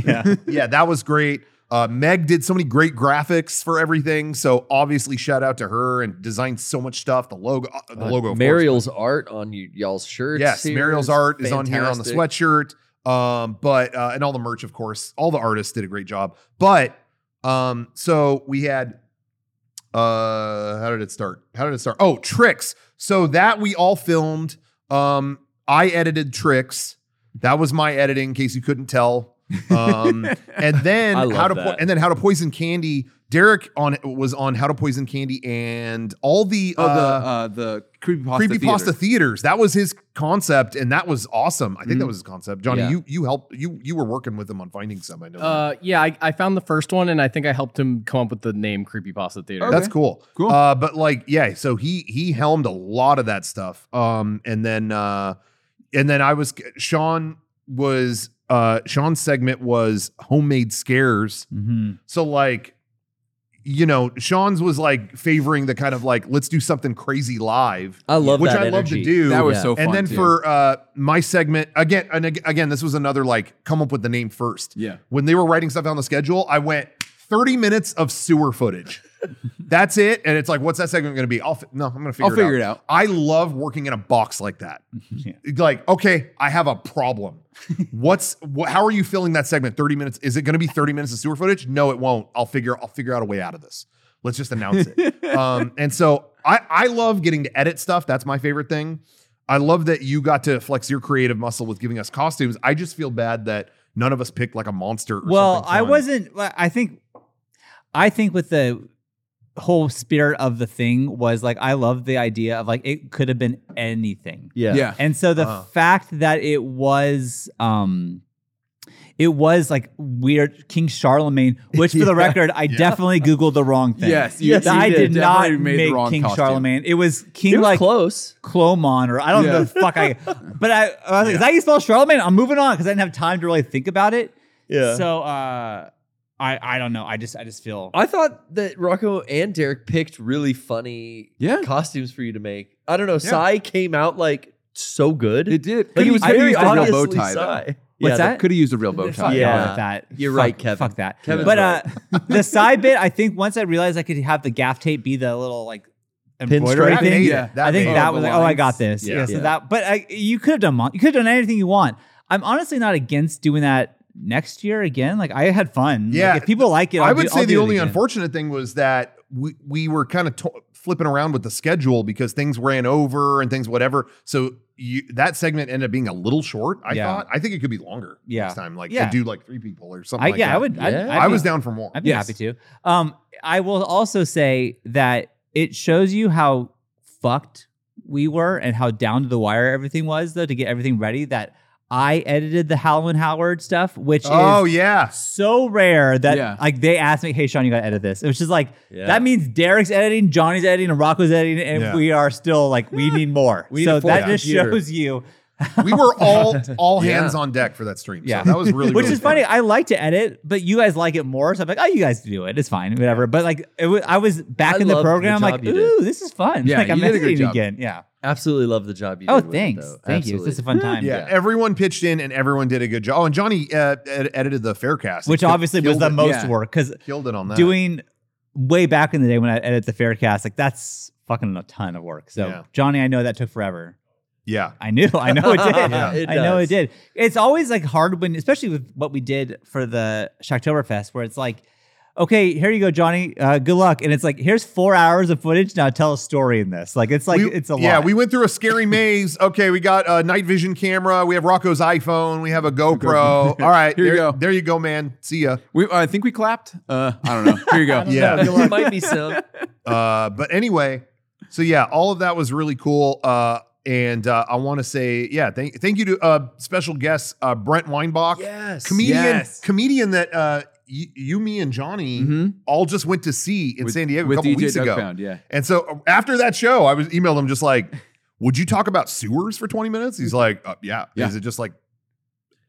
*laughs*
*laughs*
yeah.
yeah, that was great. Uh, Meg did so many great graphics for everything. So obviously, shout out to her and designed so much stuff. The logo, uh, the
Uh,
logo, of course.
Mariel's art on y- y'all's shirts.
Yes,
here
Mariel's
is
art is on here on the
fantastic.
sweatshirt. Um, but uh, and all the merch, of course, all the artists did a great job. But um, so we had uh how did it start? How did it start? Oh, tricks. So that we all filmed. Um, I edited tricks. That was my editing, in case you couldn't tell.
*laughs*
Um, and then
I love
how to
that.
and then how to poison candy. Derek on was on how to poison candy and all the
Oh, the
uh,
uh, the creepy pasta.
Creepy Pasta Theaters. That was his concept, and that was awesome. I think that was his concept. Johnny,
Yeah.
you you helped you you were working with him on finding some. I know. that.
Uh, yeah, I, I found the first one, and I think I helped him come up with the name Creepypasta Theater.
That's
okay.
cool.
Cool.
Uh, but like, yeah. So he he helmed a lot of that stuff. Um, and then uh, and then I was Sean was uh Sean's segment was homemade scares.
hmm
So like, you know, Sean's was like favoring the kind of like let's do something crazy live,
I love
which
that
I love to
energy.
do.
That was
Yeah.
so fun.
and then
too.
for uh my segment again and ag- again this was another like come up with the name first
yeah,
when they were writing stuff on the schedule i went 30 minutes of sewer
*laughs*
footage that's it and it's like what's that segment going to be i'll fi- no i'm going to figure,
I'll figure it out.
i love working in a box like that
*laughs*
like okay i have a problem what's wh- how are you filling that segment 30 minutes is it going to be 30 minutes of sewer footage no it won't i'll figure i'll figure out a way out of this let's just announce
*laughs*
it um and so i i love getting to edit stuff that's my favorite thing i love that you got to flex your creative muscle with giving us costumes i just feel bad that none of us picked like a monster or
Well,
something
I
fun.
wasn't. well, I think, I think with the whole spirit of the thing was like I love the idea of like it could have been anything,
Yeah.
yeah.
and so the
Uh-huh.
fact that it was, um, it was like weird King Charlemagne, which
*laughs*
for the record, I definitely googled the wrong thing.
Yes, you-
Yes, you
I
did.
did not
Definitely made the
make
wrong
King
costume.
Charlemagne. It was King
It was
like
close.
Clomon or I don't know
Yeah.
the fuck
*laughs*
I but I, I was like, is that how you spell Charlemagne? I'm moving on because I didn't have time to really think about it.
Yeah.
So uh I I don't know. I just I just feel
I thought that Rocco and Derek picked really funny
Yeah.
costumes for you to make. I don't know. Sai came out like so good.
It did.
Like
Coulda
he was
used- coulda
very
used a real
obviously
bow tie, though.
Sai.
What's
yeah,
that?
Could have used a real bow tie.
Yeah.
Fuck that.
You're
Fuck-
right, Kevin.
Fuck that.
Kevin's
but uh the side bit, I think once I realized I could have the gaff tape be the little like embroidery
That made
thing.
it.
Yeah.
That
I think
made it.
that
Oh,
was
the
like, oh, I
lines.
got this.
Yeah.
Yeah. so
Yeah.
that, but I, you could have done, mon- you could have done anything you want. I'm honestly not against doing that next year again. Like I had fun. Like,
Yeah.
if people like it,
I
I'll
would
do-
say
I'll
the
do it
only
again.
unfortunate thing was that we, we were kind of to- flipping around with the schedule because things ran over and things whatever. So you, that segment ended up being a little short. I
Yeah.
thought. I think it could be longer
Yeah.
next time. Like
Yeah.
to do like three people or something.
I,
like
yeah,
that.
I would. I'd,
Yeah.
I'd
I
be-
was down for more.
I'd be
Yes.
happy to. Um, I will also say that it shows you how fucked we were and how down to the wire everything was, though, to get everything ready. That I edited the Howlin' Howard stuff, which
Oh
is
yeah.
so rare that
Yeah.
like they asked me, "Hey, Sean, you got to edit this." It was just like
Yeah.
that means Derek's editing, Johnny's editing, and Rocco's editing, and
Yeah.
we are still like we need more.
We need
so
a fourth
that just
computer.
shows you, *laughs*
We were all all
Yeah.
hands on deck for that stream.
Yeah.
Yeah, that was really
*laughs* which
really
is funny. I like to edit, but you guys like it more. So I'm like, "Oh, you guys do it. It's fine, whatever." But like, it wa- I was back
I
in the
loved the
program,
job
like,
you did.
"Ooh, this is fun." *laughs*
Yeah,
like I'm
you did a good
editing
job.
again. Yeah.
Absolutely love the job you
Oh,
did.
thanks.
With it, though.
Thank you. It's just a
Absolutely.
fun time.
Yeah,
Yeah.
everyone pitched in and everyone did a good job. Oh, and Johnny uh, ed- edited the Faircast, He
*laughs* Which
ki-
obviously was
killed
the
it-
most
yeah.
work because
killed it on that.
doing way back in the day when I edit the Faircast, like that's fucking a ton of work. So
Yeah.
Johnny, I know that took forever.
yeah,
I knew, I know it did.
*laughs* Yeah.
It
I know it
does.
did. It's always like hard when, especially with what we did for the Shocktoberfest, where it's like, okay, here you go, Johnny. Uh, good luck. And it's like, here's four hours of footage. Now tell a story in this. Like it's like
We-
it's a lot.
Yeah, we went through a scary maze. Okay, we got a night vision camera. We have Rocco's iPhone. We have a GoPro. *laughs* All right,
Here you
there,
go.
There you go, man. See ya.
We, I think we clapped. Uh, I don't know. Here you go.
Yeah.
There might
*laughs*
be some.
Uh, but anyway, so yeah, all of that was really cool. Uh, and uh, I want to say, yeah, thank thank you to uh, special guest uh, Brent Weinbach,
Yes.
comedian,
Yes.
comedian that uh, y- you, me, and Johnny
Mhm.
all just went to see in
With-
San Diego a
with
couple
DJ
weeks
Doug
ago.
Pound, yeah.
And so uh, after that show, I was emailed him just like, "Would you talk about sewers for 20 minutes?" He's like, uh, yeah.
Yeah.
Is it just like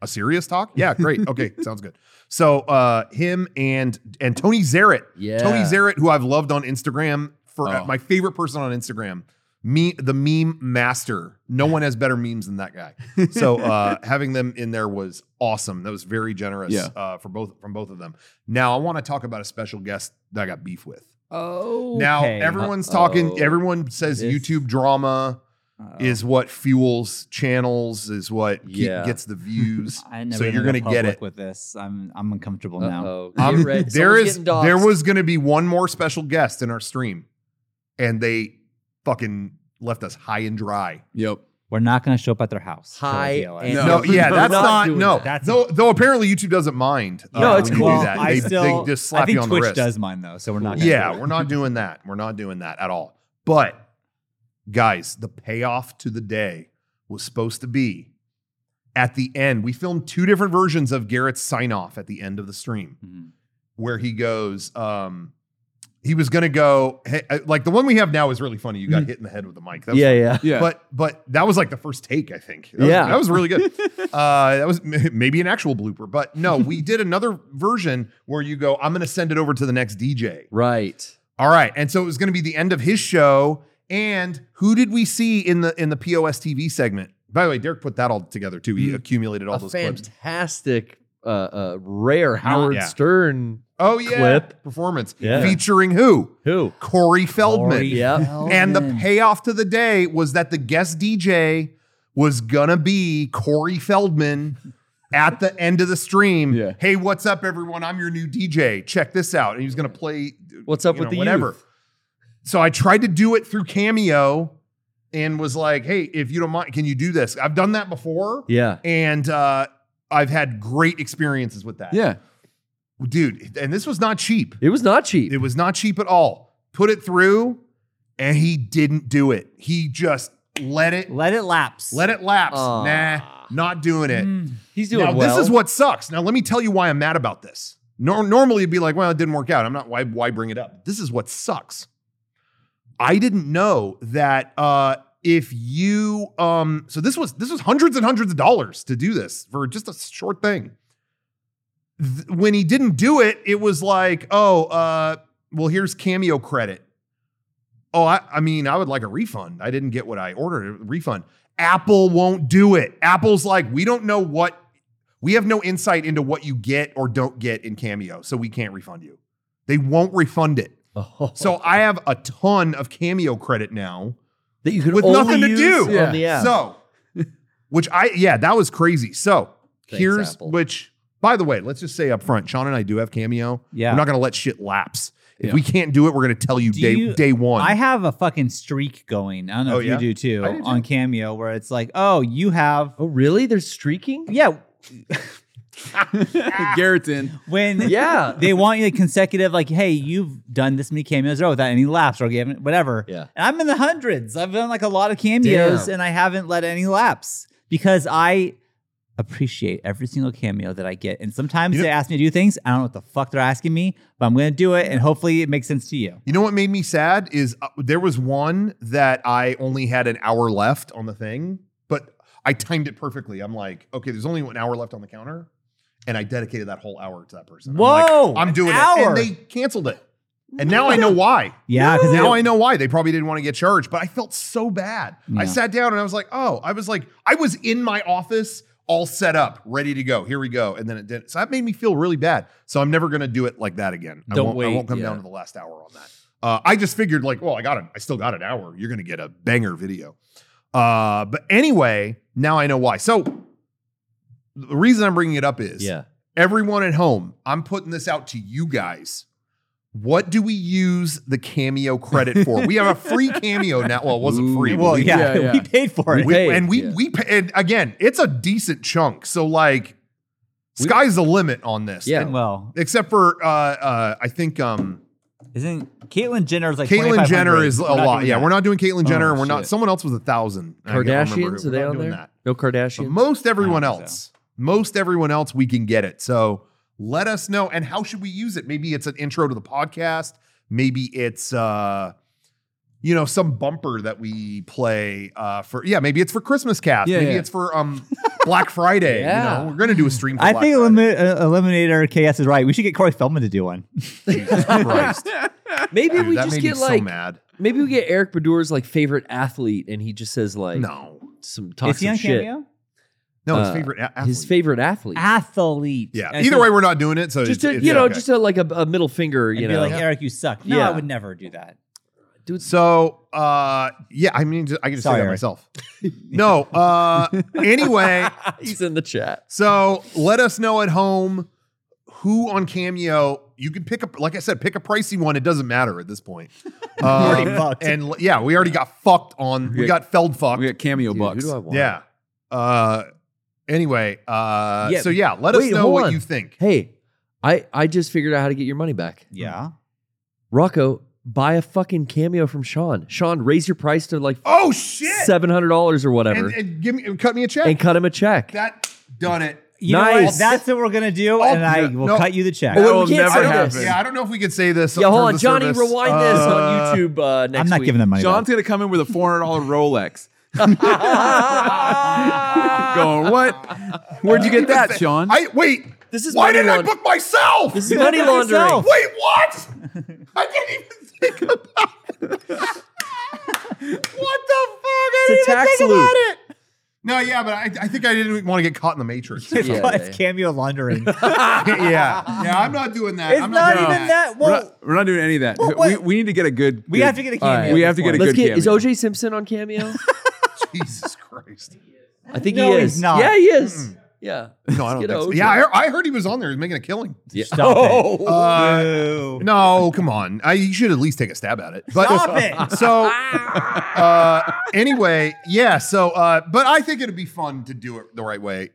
a serious talk? Yeah,
*laughs*
great. Okay, sounds good. So uh him and and Tony Zarrett.
Yeah.
Tony Zarrett, who I've loved on Instagram for uh,
Oh.
my favorite person on Instagram. Me, the meme master. No one has better memes than that guy.
*laughs*
So uh, having them in there was awesome. That was very generous
Yeah.
uh, for both from both of them. Now I want to talk about a special guest that I got beef with.
Oh.
Now
Okay.
everyone's
Uh-oh.
talking. Everyone says
This-
YouTube drama
Uh,
is what fuels channels, is what ke-
Yeah.
gets the
*laughs*
*laughs*
views.
I
so
never
you're
gonna
gonna get it.
with this. I'm I'm uncomfortable now.
*laughs* Uh-oh.
Um,
Get ready.
there
Someone's
is
getting doxxed.
there was going to be one more special guest in our stream, and they fucking left us high and dry.
Yep.
We're not gonna show up at their house. for
High
DLS.
and-
No,
No.
yeah,
We're
that's
not
not,
doing
no.
that.
That's-
though, though apparently YouTube doesn't mind.
No, it's
when you
cool.
Oh, Do that.
I
They,
still,
they just slap
I think
you on
Twitch
the wrist.
does mine though, so we're not. gonna do
yeah,
it.
we're not doing that. We're not doing that at all. But guys, the payoff to the day was supposed to be at the end. We filmed two different versions of Garrett's sign off at the end of the stream
Mhm.
where he goes, um, he was going to go, hey, uh, like the one we have now is really funny. You got hit in the head with the mic. That was
Yeah, yeah.
Yeah.
But but that was like the first take, I think. That was-
Yeah.
that was really good. Uh, that was m- maybe an actual blooper, but no, we did another version where you go, I'm going to send it over to the next DJ.
Right.
All right. And so it was going to be the end of his show. And who did we see in the in the POS TV segment? By the way, Derek put that all together too. He accumulated all
a
those clips.
fantastic, uh, uh, rare Howard
yeah.
Stern.
Oh yeah,
clip.
performance
Yeah.
featuring who?
Who?
Corey Feldman.
Corey
Yep.
Feldman.
And the payoff to the day was that the guest DJ was gonna be Corey Feldman at the end of the stream.
Yeah.
Hey, what's up, everyone? I'm your new DJ. Check this out. And he was gonna play
What's up
you
with
know,
the
whatever.
youth?
So I tried to do it through Cameo and was like, hey, if you don't mind, can you do this? I've done that before.
Yeah.
And uh, I've had great experiences with that.
yeah.
Dude, and this was not cheap.
It was not cheap.
It was not cheap at all. Put it through, and he didn't do it. He just let it
let it lapse.
let it lapse.
Aw.
Nah, not doing it.
Mm.
He's doing
Now,
well.
this is what sucks. Now, let me tell you why I'm mad about this. Nor- normally, it'd be like, well, it didn't work out. I'm not, why, why bring it up? This is what sucks. I didn't know that uh, if you, um, so this was, this was hundreds and hundreds of dollars to do this for just a short thing. Th- when he didn't do it, it was like, oh, uh, well, here's cameo credit. Oh, I, I mean, I would like a refund. I didn't get what I ordered. A refund. Apple won't do it. Apple's like, we don't know what we have no insight into what you get or don't get in Cameo, so we can't refund you. They won't refund it.
*laughs* Oh.
So I have a ton of Cameo credit now.
that you could
with
only
nothing to
use
do.
on
Yeah.
the app.
So, which I, yeah, that was crazy. So
Thanks,
here's
Apple.
which, by the way, let's just say up front, Sean and I do have Cameo.
Yeah.
We're not going to let shit lapse. If
Yeah.
we can't do it, we're going to tell you
Do
day
you-
day one.
I have a fucking streak going. I don't know
Oh,
if
yeah?
you do too
I do, too.
on Cameo, where it's like, oh, you have
Oh, really? They're streaking?
yeah.
Garrett's in.
*laughs*
When
Yeah.
*laughs* they want you to consecutive, like, hey, you've done this many cameos or without any laps or given whatever.
Yeah.
And I'm in the hundreds. I've done like a lot of cameos
Damn.
and I haven't let any laps because I appreciate every single cameo that I get. And sometimes
You know-
they ask me to do things. I don't know what the fuck they're asking me, but I'm going to do it. And hopefully it makes sense to you.
You know what made me sad is uh, there was one that I only had an hour left on the thing, but I timed it perfectly. I'm like, okay, there's only an hour left on the counter, and I dedicated that whole hour to that person.
Whoa,
I'm, like, I'm
an
doing it,
hour.
and they canceled it. And now I know why.
Yeah. Cause they
Now
don't-
I know why they probably didn't want to get charged, but I felt so bad. I
Yeah.
sat down and I was like, oh, I was like, I was in my office all set up, ready to go. Here we go. And then it didn't. So that made me feel really bad. So I'm never going to do it like that again. I
Don't
won't, I
wait,
won't come
yeah.
down to the last hour on that. Uh, I just figured like, well, I got it. I still got an hour. You're going to get a banger video. Uh, but anyway, now I know why. So the reason I'm bringing it up is
Yeah.
everyone at home, I'm putting this out to you guys. What do we use the cameo credit for? we have a
*laughs*
free cameo now. Well, it wasn't
Ooh.
free. but
Well,
we-
yeah,
Yeah,
*laughs* we
yeah.
paid for it.
we-
paid,
and we
yeah.
we pay, and again, it's a decent chunk. So like, sky's the limit on this.
Yeah.
well,
Except for uh, uh, I think um,
isn't Caitlyn Jenner's like
Caitlyn
2,500.
Jenner is a
We're not
lot.
doing
Yeah,
that.
we're not doing Caitlyn
Oh,
Jenner. and we're not.
shit.
Someone else was a thousand. I can't remember who.
Kardashians? Are
We're
they
not
on
doing
there? No
But
Kardashians.
most everyone
I don't think
else, most everyone else, we can get it. So let us know. And how should we use it? Maybe it's an intro to the podcast. Maybe it's uh, you know, some bumper that we play uh for yeah, maybe it's for Christmas cast.
Yeah,
maybe
yeah.
it's for um Black Friday.
Yeah.
You know, we're gonna do a stream for
I
Black
think
Friday.
Elimi- uh, Eliminator KS is right. We should get Corey Feldman to do one.
*laughs*
Jesus Christ.
maybe
Dude,
we
that
just
made
get
me
like
so mad.
maybe we get Eric Badur's like favorite athlete, and he just says like
No.
some talks
is he on
shit.
Cameo?
No, his
Uh,
favorite a-
His
athlete.
favorite athlete.
Athlete.
Yeah.
And
Either
so-
way, we're not doing it. So
just
it's-
a,
it's
you know,
okay.
just a, like a, a middle finger.
and
You
be
know,
like, Eric, you suck. No, I
Yeah.
would never do that.
dude,
So, uh, yeah, I mean, just, I can just say
Sorry,
that
Eric.
myself. *laughs* no, uh, anyway,
*laughs* he's in the chat.
so let us know at home who on Cameo you can pick up. Like I said, pick a pricey one. It doesn't matter at this point.
already
Um,
fucked.
and l- yeah, we already got fucked on. We
Yeah.
got felled fucked.
We got cameo
Dude,
bucks.
Who do I want?
Yeah. Uh, anyway, uh,
Yeah,
so yeah, let
wait,
us know
hold
what
on.
you think.
Hey, I I just figured out how to get your money back.
Yeah.
Rocco, buy a fucking cameo from Sean. Sean, raise your price to like
Oh shit!
seven hundred dollars or whatever,
and,
and,
and give me cut me a check.
cut him a check.
that done it.
You know what?
Nice.
That's what we're gonna do,
Oh,
and I
yeah.
will
No.
cut you the check.
Oh, wait,
That will
we can't
never
say
happen.
this.
Yeah, I don't know if we could say this.
yeah, hold
terms
on,
of
Johnny.
service.
Rewind this on YouTube uh, next
I'm not
*laughs*
week.
giving them money.
John's
back.
gonna come in with a four hundred dollar Rolex. Going what? Where'd you get that, Sean?
I wait.
This is
why
money
did I
laund-
book myself?
This is money
Look at
laundering.
yourself.
*laughs* Wait, what?
*laughs*
I didn't even think about it. *laughs* what the fuck? I
It's a
didn't even
tax
think
loop.
about it. No, yeah, but I, I think I didn't want to get caught in the
*laughs*
matrix. *laughs* yeah,
*laughs* It's
Yeah,
called-
yeah,
it's
yeah.
cameo laundering. it's
yeah, I'm not doing that.
not,
I'm not, doing
even that.
we're,
Well,
not, we're not doing any of that.
Well,
we,
what-
we need to get a good.
we
good-
have to get a
All right.
cameo.
We
at
have
this
to get a
point.
Let's
good
get is
cameo.
OJ Simpson on
*laughs*
cameo?
*laughs* Jesus Christ.
I think
No,
he
he's
is.
not.
Yeah, he is. Yeah.
Hmm. No, I don't
get
think so.
OJ.
Yeah, I, heard- I heard he was on there. He was making a killing.
Stop it.
*laughs*
Oh.
Uh,
Boo.
no, come on. I, you should at least take a stab at it. But
Stop
*laughs*
it.
So uh anyway, yeah, so uh but I think it'd be fun to do it the right way.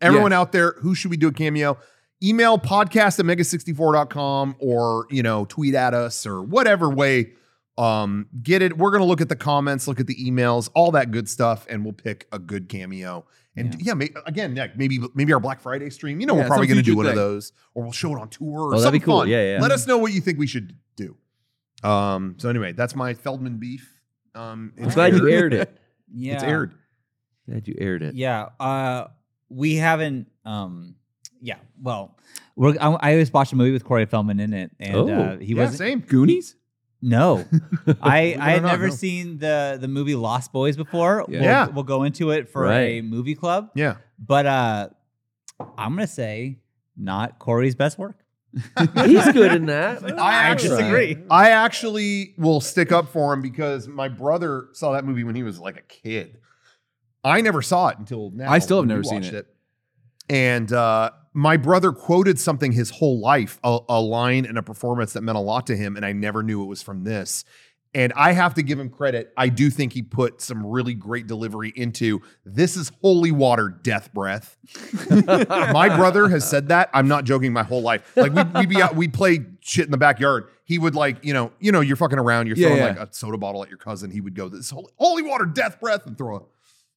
Everyone out there, who should we do a cameo? Email podcast at mega64.com or you know, tweet at us or whatever way. Um, get it. We're gonna look at the comments, look at the emails, all that good stuff, and we'll pick a good cameo. And yeah, may, again, yeah, maybe maybe our Black Friday stream. You know,
Yeah,
we're probably
some
gonna do
future
one of
thing.
those, or we'll show it on tour or
Oh, that'd
something
be cool.
fun.
Yeah, yeah.
Let us know what you think we should do. Um, so anyway, that's my Feldman beef. Um,
I'm glad you aired it.
Yeah.
It's aired.
Glad you aired it.
Yeah. Uh, we haven't. Um, yeah. Well, we're, I, I always watched a movie with Corey Feldman in it, and
Oh,
uh, he
yeah,
wasn't.
same.
Goonies.
No, I
it
I
or
had
not,
never
no.
seen the the movie Lost Boys before.
Yeah.
We'll,
Yeah.
we'll go into it for a
Right.
movie club,
Yeah.
but uh, I'm gonna say not Corey's best work.
Oh,
*laughs*
He's good in that.
I actually-
disagree.
Mm.
I actually will stick up for him because my brother saw that movie when he was like a kid. I never saw it until now.
I still have
when
never
we
seen
watched
it.
And uh, my brother quoted something his whole life, a, a line and a performance that meant a lot to him, and I never knew it was from this. And I have to give him credit. I do think he put some really great delivery into this is holy water, death breath. *laughs* my brother has said that. I'm not joking. My whole life, like we'd, we'd be out, we'd play shit in the backyard. He would like, you know, you know, you're fucking around. You're
Yeah,
throwing
yeah.
like a soda bottle at your cousin. He would go, "This holy, holy water, death breath," and throw a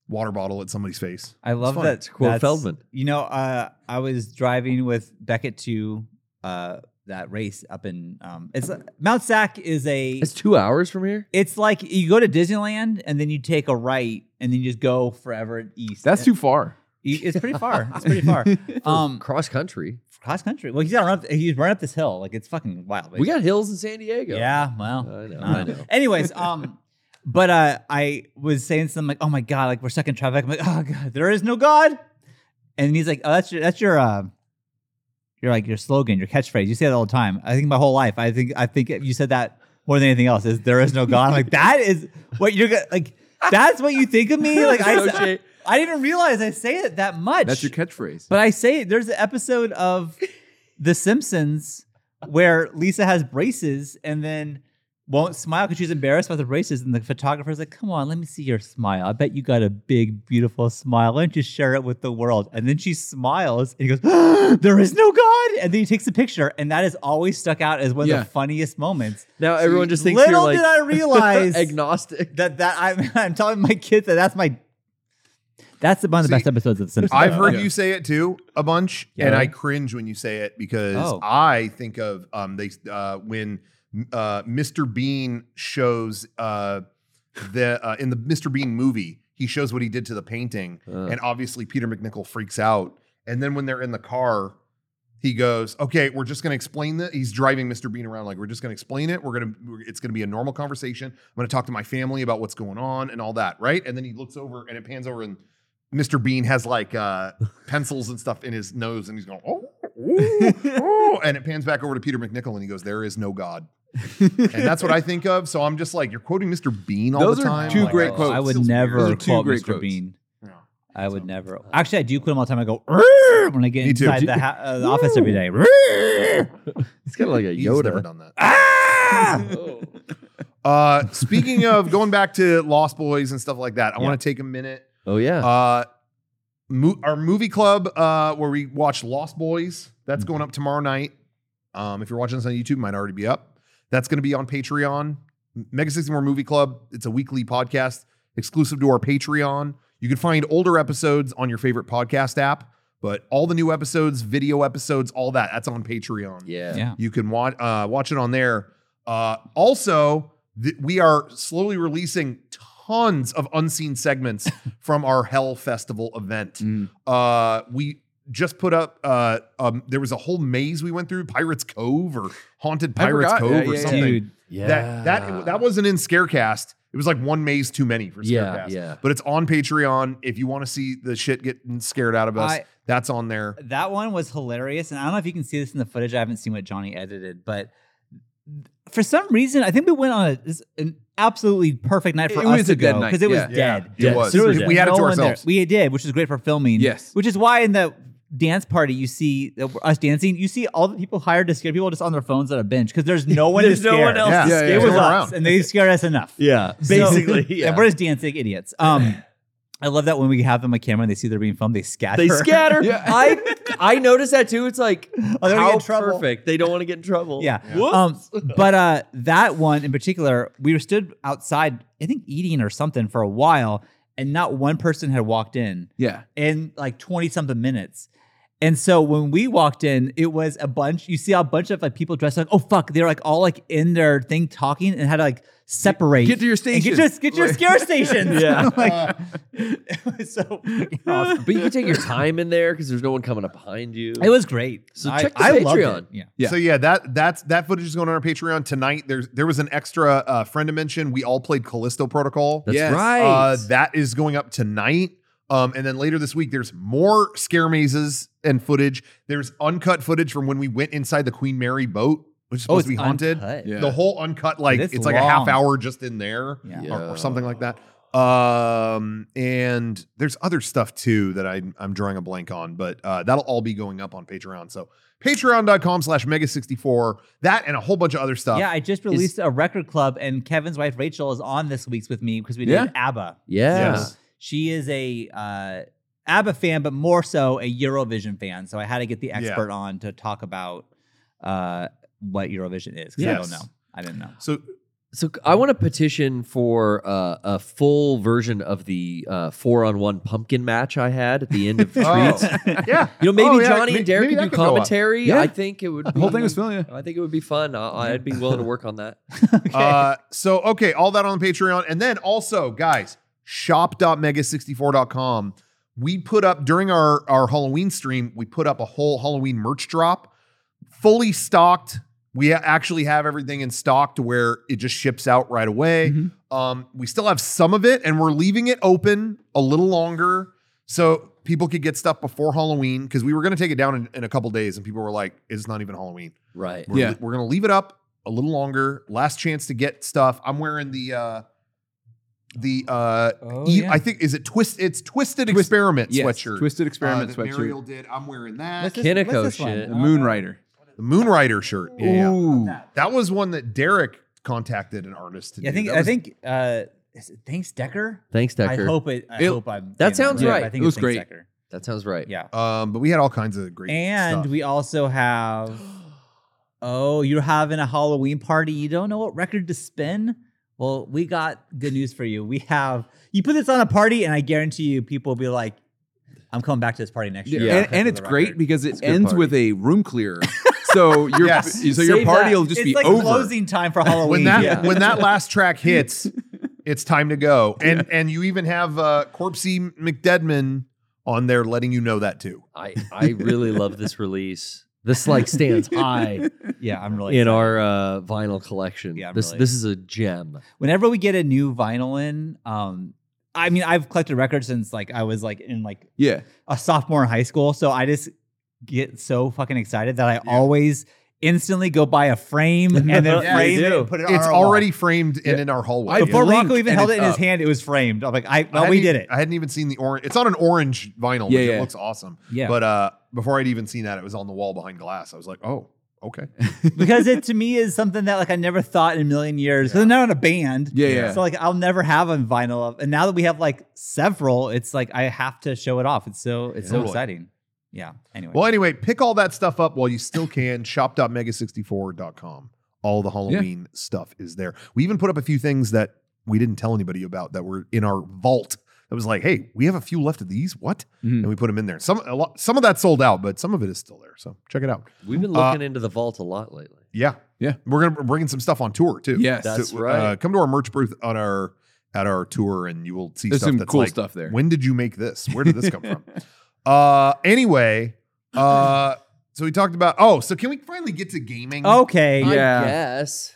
water bottle at somebody's face.
I love
fun.
that.
It's
Quote
that's-
Feldman.
You know, uh, I was driving with Beckett to uh, that race up in um, it's Mount Sac is a
It's two hours from here.
it's like you go to Disneyland and then you take a right and then you just go forever east.
That's too far.
You- It's pretty far. It's pretty far.
Hmm.
Um,
Cross country.
cross country. Well, he's gotta run up. He's run up this hill. Like it's fucking wild.
We got hills in San Diego.
yeah. Well,
I know.
Uh,
I know.
*laughs* Anyways, um, but uh, I was saying something like, "Oh my god, like we're stuck in traffic." I'm like, "Oh god, there is no god," and he's like, "Oh, that's your that's your uh, your like your slogan, your catchphrase. You say that all the time. I think my whole life. I think I think you said that more than anything else. Is there is no god? I'm like that is what you're gonna like. That's what you think of me. Like I,
Associate-
I didn't realize I say it that much.
That's your catchphrase.
But I say it, there's an episode of The Simpsons where Lisa has braces and then won't smile because she's embarrassed about the braces, and the photographer's like, "Come on, let me see your smile. I bet you got a big, beautiful smile. Why don't you share it with the world?" And then she smiles and he goes, *gasps* "There is no God!" And then he takes a picture, and that is always stuck out as one
Yeah.
of the funniest moments.
now everyone just thinks
Little
you're like
did
*laughs*
I realize
agnostic.
that that I'm, *laughs* I'm telling my kids that that's my that's one of the
See,
best episodes of The Simpsons.
I've heard
Yeah.
you say it too a bunch,
Yeah.
and I cringe when you say it because
Oh.
I think of um they uh, when uh, Mr. Bean shows uh, the uh, in the Mr. Bean movie he shows what he did to the painting,
Uh.
and obviously Peter McNichol freaks out, and then when they're in the car. He goes, okay. We're just going to explain that he's driving Mr. Bean around. Like we're just going to explain it. We're going to, it's going to be a normal conversation. I'm going to talk to my family about what's going on and all that, right? And then he looks over and it pans over and Mr. Bean has like
*laughs*
uh, pencils and stuff in his nose, and he's going, oh, ooh,
*laughs*
ooh," and it pans back over to Peter McNichol, and he goes, "There is no God," and that's what I think of. So I'm just like, you're quoting Mr. Bean all
Those
the
are
time.
two
Like,
great
oh,
quotes.
I would
feels
never
Those are
weird.
two
quote
great
Mr.
quotes.
Bean.
Yeah.
I would
So-
never. Actually, I do quit him all the time. I go "Rrrr," when I get
Me too.
inside
Do-
the, ha- uh, the office every day. "Rrrr."
It's kind of like a
He's never
Yoda.
done that.
Ah!
Oh.
Uh, speaking of going back to Lost Boys and stuff like that, I
Yeah.
want to take a minute
Oh yeah.
Uh, mo- our movie club uh, where we watch Lost Boys. That's going up tomorrow night. Um, if you're watching this on YouTube, it might already be up. That's going to be on Patreon. Mega 64 Movie Club. It's a weekly podcast exclusive to our Patreon. You can find older episodes on your favorite podcast app, but all the new episodes, video episodes, all that, that's on Patreon.
yeah.
yeah.
You can watch uh, watch it on there. Uh, also, th- we are slowly releasing tons of unseen segments from our Hell Festival event.
Mm.
Uh, we just put up. Uh, um, there was a whole maze we went through, Pirates Cove or Haunted
I
Pirates
forgot.
Cove
Yeah,
or
yeah, yeah.
something.
Dude,
That that that wasn't in Scarecast. It was like one maze too many for Scarecast.
Yeah. Yeah.
But it's on Patreon. If you want to see the shit getting scared out of us,
I-
that's on there.
that one was hilarious. And I don't know if you can see this in the footage. I haven't seen what Johnny edited, but for some reason, I think we went on a, this- an absolutely perfect night for
It
us
was
to
a dead
go
night.
because it was
Yeah.
dead.
Yeah,
Dead.
it was.
There was
we had it
no
to
one there.
ourselves.
We did, which is great for filming.
Yes.
Which is why in the dance party you see the, us dancing, you see all the people hired to scare people just on their phones at a bench because there's no one
There's
to
no
scare.
one else
Yeah.
to
Yeah,
scare.
yeah,
It was
No one
us,
around.
and they scared us enough.
Yeah.
So-
Basically.
*laughs*
yeah.
and we're just dancing idiots.
*sighs*
Um, I love that when we have them on camera and they see they're being filmed, they scatter.
*laughs* They scatter.
Yeah.
I I noticed that too. It's like
*laughs* Oh, they don't get
how
in trouble.
perfect. They don't want to get in trouble.
*laughs* Yeah.
Whoops.
Um, but uh, that one in particular, we were stood outside, I think eating or something for a while, and not one person had walked in.
Yeah.
in like 20 something minutes. And so when we walked in, it was a bunch. You see a bunch of like people dressed like, oh fuck, they're like all like in their thing talking and had to like separate.
Get to your
and
station.
Get your, get your scare
*laughs*
stations.
Yeah.
*laughs* like,
Uh.
it was *laughs* so fucking awesome.
But you can take your time in there because there's no one coming up behind you.
It was great.
So
I-
check the
I loved it.
Patreon.
Yeah.
Yeah.
So yeah, that that's that footage is going on our Patreon tonight. There's there was an extra uh, friend dimension. We all played Callisto Protocol.
That's
Yes.
right.
Uh, that is going up tonight. Um, and then later this week, there's more scare mazes and footage. There's uncut footage from when we went inside the Queen Mary boat, which is
Oh,
supposed to be haunted.
uncut.
Yeah.
The whole uncut, like
It's
it's, like a half
long.
hour just in there
Yeah.
or, or something like that. Um, and there's other stuff too that I, I'm drawing a blank on, but uh, that'll all be going up on Patreon. So patreon.com slash mega64, that and a whole bunch of other stuff.
Yeah, I just released a record club, and Kevin's wife Rachel is on this week's with me because we did
Yeah?
ABBA.
yeah.
Yes.
She is a uh, ABBA fan, but more so a Eurovision fan. So I had to get the
Yeah.
expert on to talk about uh, what Eurovision is. 'cause I don't
Yes.
know. I didn't know.
So
So I want to petition for uh, a full version of the uh, four on one pumpkin match I had at the end
*laughs*
of
Oh.
treats.
yeah.
*laughs* You know, maybe
Oh, yeah,
Johnny
may-
and Derek
maybe
could
that
do
go up.
commentary.
Yeah.
I think it would. Be,
The whole thing was filling
I think it would be fun. I, I'd be willing to work on that.
Uh, so okay, all that on Patreon, and then also, guys, shop.mega64.com. We put up during our our Halloween stream, we put up a whole Halloween merch drop, fully stocked. We a- actually have everything in stock to where it just ships out right away.
Mhm.
Um, we still have some of it, and we're leaving it open a little longer so people could get stuff before Halloween because we were going to take it down in, in a couple days, and people were like, "It's not even Halloween."
Right.
We're,
Yeah.
we're gonna leave it up a little longer. Last chance to get stuff. I'm wearing the uh the uh
Oh,
e-
yeah.
I think is it twist it's twisted
Twist-
experiment
Yes,
sweatshirt.
Twisted
uh,
Experiment
that
sweatshirt.
Mariel did. I'm wearing that.
What's
The
this-
Kinnico
what's this one?
shit.
the Moon Rider.
Moonrider shirt. Yeah, yeah.
Ooh.
That was one that Derek contacted an artist to
Yeah, I
do.
think
That
I
was-
think uh, is it Thanks Decker.
Thanks, Decker.
I hope it. I
It-
hope I'm.
That
saying
sounds right.
I think
It was
it's Thanks
great.
Decker.
that sounds right.
Yeah,
um but we had all kinds of great
and
stuff.
we also have. Oh, you're having a Halloween party. You don't know what record to spin. Well, we got good news for you. We have you put this on a party, and I guarantee you, people will be like, "I'm coming back to this party next year."
Yeah.
and, and it's great because it
It's a good
ends
party.
with a room clear. So your
Yes.
so your
Save
party
that.
will just
it's
be
like
over.
closing time
*laughs*
for Halloween.
when that
Yeah.
when that last
*laughs*
track hits, it's time to go. And and you even have uh Corpsey McDedman on there letting you know that too.
I I really love *laughs* this release. This like *laughs* stands high
*laughs* yeah, I'm really
in
excited.
our uh, vinyl collection.
Yeah, I'm
this
really-
this is a gem.
whenever we get a new vinyl in, um, I mean, I've collected records since like I was like in like
Yeah.
a sophomore in high school, so I just get so fucking excited that I always instantly go buy a frame and then
Yeah,
frame
you
it
do.
and put it on
It's
our
already framed and in our hallway.
I
wall. Before
blinked
Rocco even
and
held it
it's
in his
up.
hand, it was framed. I'm like, I
I
well,
hadn't
we
even-
did it.
I hadn't even seen the orange. It's on an orange vinyl,
Yeah,
which it
yeah.
looks awesome.
yeah,
But uh, before I'd even seen that, it was on the wall behind glass. I was like, oh,
*laughs*
okay.
*laughs* because it to me is something that like I never thought in a million years. Because I'm not in a band.
Yeah, yeah.
So like I'll never have a vinyl of, and now that we have like several, it's like I have to show it off. It's so it's so
Totally.
exciting. Yeah. Anyway.
Well, anyway, pick all that stuff up while you still can. Shop.mega64.com. All the Halloween stuff is there. We even put up a few things that we didn't tell anybody about that were in our vault. That was like, hey, we have a few left of these. What?
Hmm.
Mhm.
And we put them in there. Some a lot, some of that sold out, but some of it is still there. So check it out.
We've been
Uh,
looking into the vault a lot lately.
Yeah.
Yeah.
We're gonna we're bringing some stuff on tour too.
Yes.
That's
So,
right.
Uh, come to our merch booth on our at our tour, and you will see
There's
stuff
some
that's
cool
like,
stuff there.
When did you make this? Where did this come
*laughs*
from? Uh, anyway, uh, so we talked about. Oh, so can we finally get to gaming?
Oh,
okay.
Yeah.
I guess.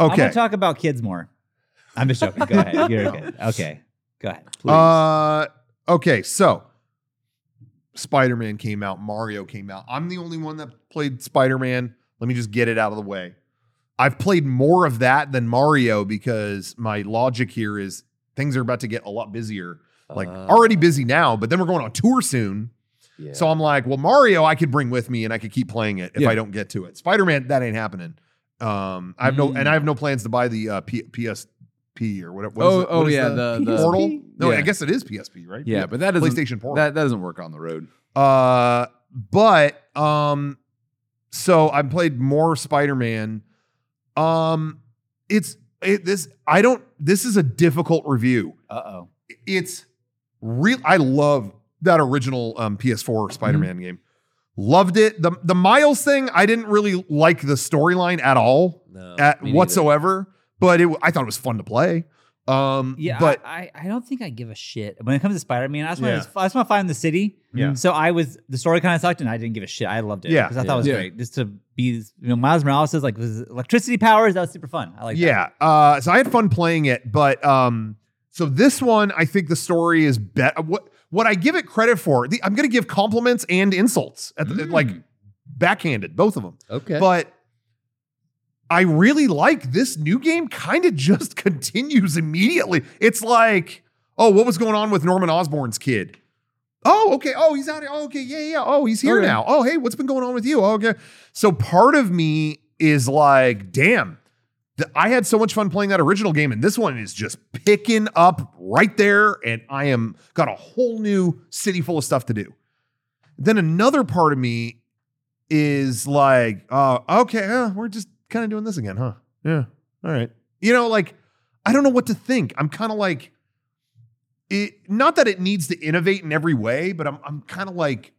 I'm gonna
okay.
talk about kids more. I'm just joking. Go ahead. You're
*laughs*
good. Okay. Go ahead.
Please.
Uh, okay. So Spider Man came out. Mario came out. I'm the only one that played Spider Man. Let me just get it out of the way. I've played more of that than Mario because my logic here is things are about to get a lot busier. Like
Uh,
already busy now, but then we're going on tour soon.
Yeah.
So I'm like, well, Mario, I could bring with me and I could keep playing it if
Yeah.
I don't get to it. Spider Man, that ain't happening. Um, I have no, and I have no
Mm.
plans to buy the uh, P- PSP or whatever. what is
oh,
it-
oh
what is
yeah, the, the,
portal. No,
Yeah.
I guess it is PSP, right?
Yeah, but that doesn't
PlayStation Portal.
that, that doesn't work on the road.
Uh, but um, so I played more Spider Man. Um, it's it, this. I don't. This is a difficult review.
Uh oh.
It's real. I love that original um,
Mm-hmm.
PS4 Spider Man game. Loved it. The the Miles thing. I didn't really like the storyline at all,
no,
Uh,
at
me neither.
whatsoever. But it, w- I thought it was fun to play. Um,
Yeah,
but
I, I I don't think I give a shit when it comes to Spider Man. I just
Yeah.
want to I just want to find the city.
Yeah.
So I was the story kind of sucked, and I didn't give a shit. I loved it.
Yeah.
because I thought it was
Yeah.
great. Just to be, you know, Miles Morales is like with his electricity powers. That was super fun. I like.
yeah. Uh, so I had fun playing it, but um, so this one, I think the story is better. What what I give it credit for, the, I'm going to give compliments and insults, at the, like
Mm.
backhanded, both of them.
Okay.
But I really like this new game. Kind of just *laughs* continues immediately. It's like, oh, what was going on with Norman Osborn's kid? Oh, okay. Oh, he's out. here. Oh, okay. Yeah, yeah. Oh, he's here
Okay.
now. Oh, hey, what's been going on with you? Oh, okay. So part of me is like, damn, th- I had so much fun playing that original game, and this one is just picking up right there, and I am got a whole new city full of stuff to do. Then another part of me is like, oh, okay, uh, we're just kind of doing this again, huh? Yeah. All right. You know, like I don't know what to think. I'm kind of like it not that it needs to innovate in every way, but I'm I'm kind of like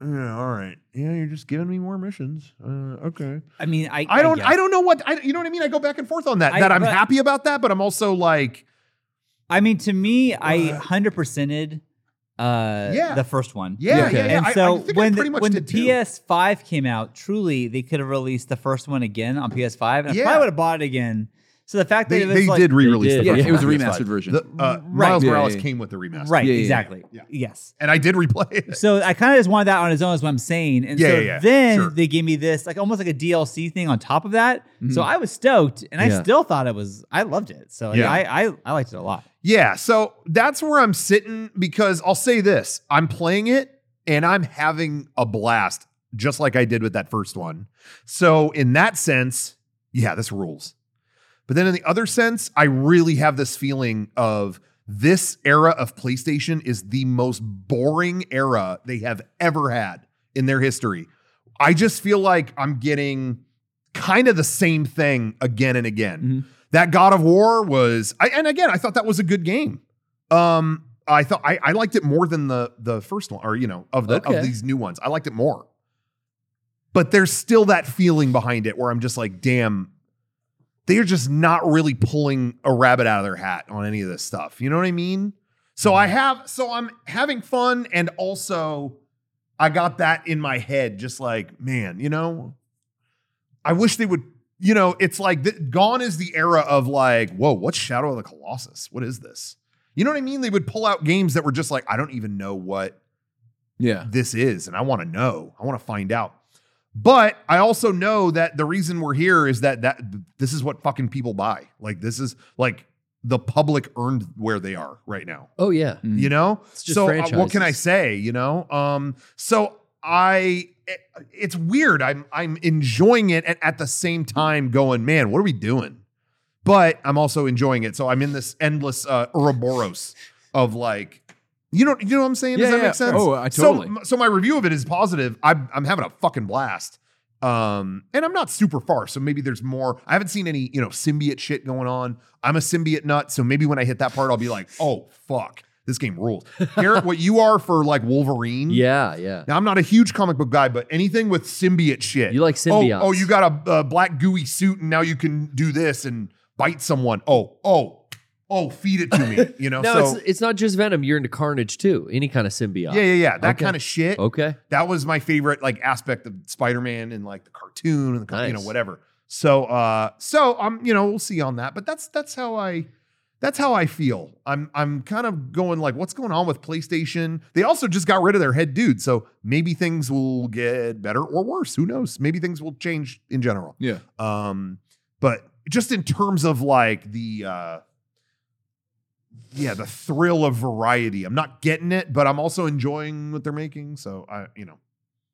yeah, all right. Yeah, you're just giving me more missions. Uh, okay.
I mean, I
I don't
guess.
I, don't know what I you know what I mean? I go back and forth on that.
I-
that I'm
but-
happy about that, but I'm also like
I mean, to me, I
Uh,
hundred percented uh
Yeah.
the first one.
Yeah,
Yeah.
yeah, yeah. I-
And
I
so
think I
when
pretty
the,
much
when the
did too.
PS5 came out, truly they could have released the first one again on PS5, and
Yeah.
I probably would have bought it again. So the fact that
they,
it was
they
like,
did re-release
did,
the
Yeah,
first
it was a
one.
remastered version.
The, uh,
Right.
Miles
Yeah,
Morales
yeah.
came with the remaster.
right,
Yeah, yeah, yeah.
exactly,
Yeah.
yes.
And I did replay it.
So I kind of just wanted that on its own, is what I'm saying. And
Yeah,
so
yeah, yeah.
then
Sure.
they gave me this, like almost like a DLC thing on top of that. So
Mhm.
Mm-hmm.
I was stoked, and I
Yeah.
still thought it was, I loved it. So like,
Yeah.
I, I, I liked it a lot. *laughs*
Yeah, so that's where I'm sitting because I'll say this I'm playing it and I'm having a blast, just like I did with that first one. So, in that sense, yeah, this rules. But then in the other sense, I really have this feeling of this era of PlayStation is the most boring era they have ever had in their history. I just feel like I'm getting kind of the same thing again and again.
Mhm.
That God of War was I and again, I thought that was a good game. Um I thought I, I liked it more than the the first one or you know of the
Okay.
of these new ones. I liked it more. But there's still that feeling behind it where I'm just like, damn, they're just not really pulling a rabbit out of their hat on any of this stuff. You know what I mean? So I have so I'm having fun and also I got that in my head just like, man, you know, I wish they would, you know, it's like th- gone is the era of like, whoa, what's Shadow of the Colossus? What is this? You know what I mean? They would pull out games that were just like, I don't even know what
Yeah.
this is and I want to know. I want to find out. But I also know that the reason we're here is that that this is what fucking people buy. Like this is like the public earned where they are right now.
Oh yeah.
Mhm.
You know?
It's just
so uh,
franchises.
what can I say, you know? Um so I it- it's weird. I'm I'm enjoying it and at the same time going, "Man, what are we doing?" But I'm also enjoying it. So I'm in this endless uh Ouroboros of like you know, you know what I'm saying? Does
Yeah,
that
yeah.
make sense?
Oh, I
So
totally.
m- so my review of it is positive. I'm I'm having a fucking blast. Um, and I'm not super far, so maybe there's more. I haven't seen any, you know, symbiote shit going on. I'm a symbiote nut, so maybe when I hit that part, I'll be like, oh fuck, this game
*laughs*
rules. Garrett, what you are for like Wolverine?
Yeah, yeah.
Now I'm not a huge comic book guy, but anything with symbiote shit.
You like symbiotes.
Oh, oh, you got a, a black gooey suit, and now you can do this and bite someone. Oh, oh, oh, feed it to
*laughs*
me. You know,
No,
so
it's it's not just Venom. You're into Carnage too. Any kind of symbiote.
yeah, yeah, yeah, that
Okay.
kind of shit.
Okay.
that was my favorite like aspect of Spider-Man and like the cartoon and the, co- you know
Nice.
whatever. So uh so I'm you know we'll see on that, but that's that's how I that's how I feel. I'm I'm kind of going like what's going on with PlayStation? They also just got rid of their head dude, so maybe things will get better or worse, who knows? Maybe things will change in general.
Yeah.
Um but just in terms of like the uh yeah, the thrill of variety. I'm not getting it, but I'm also enjoying what they're making. So I, you know,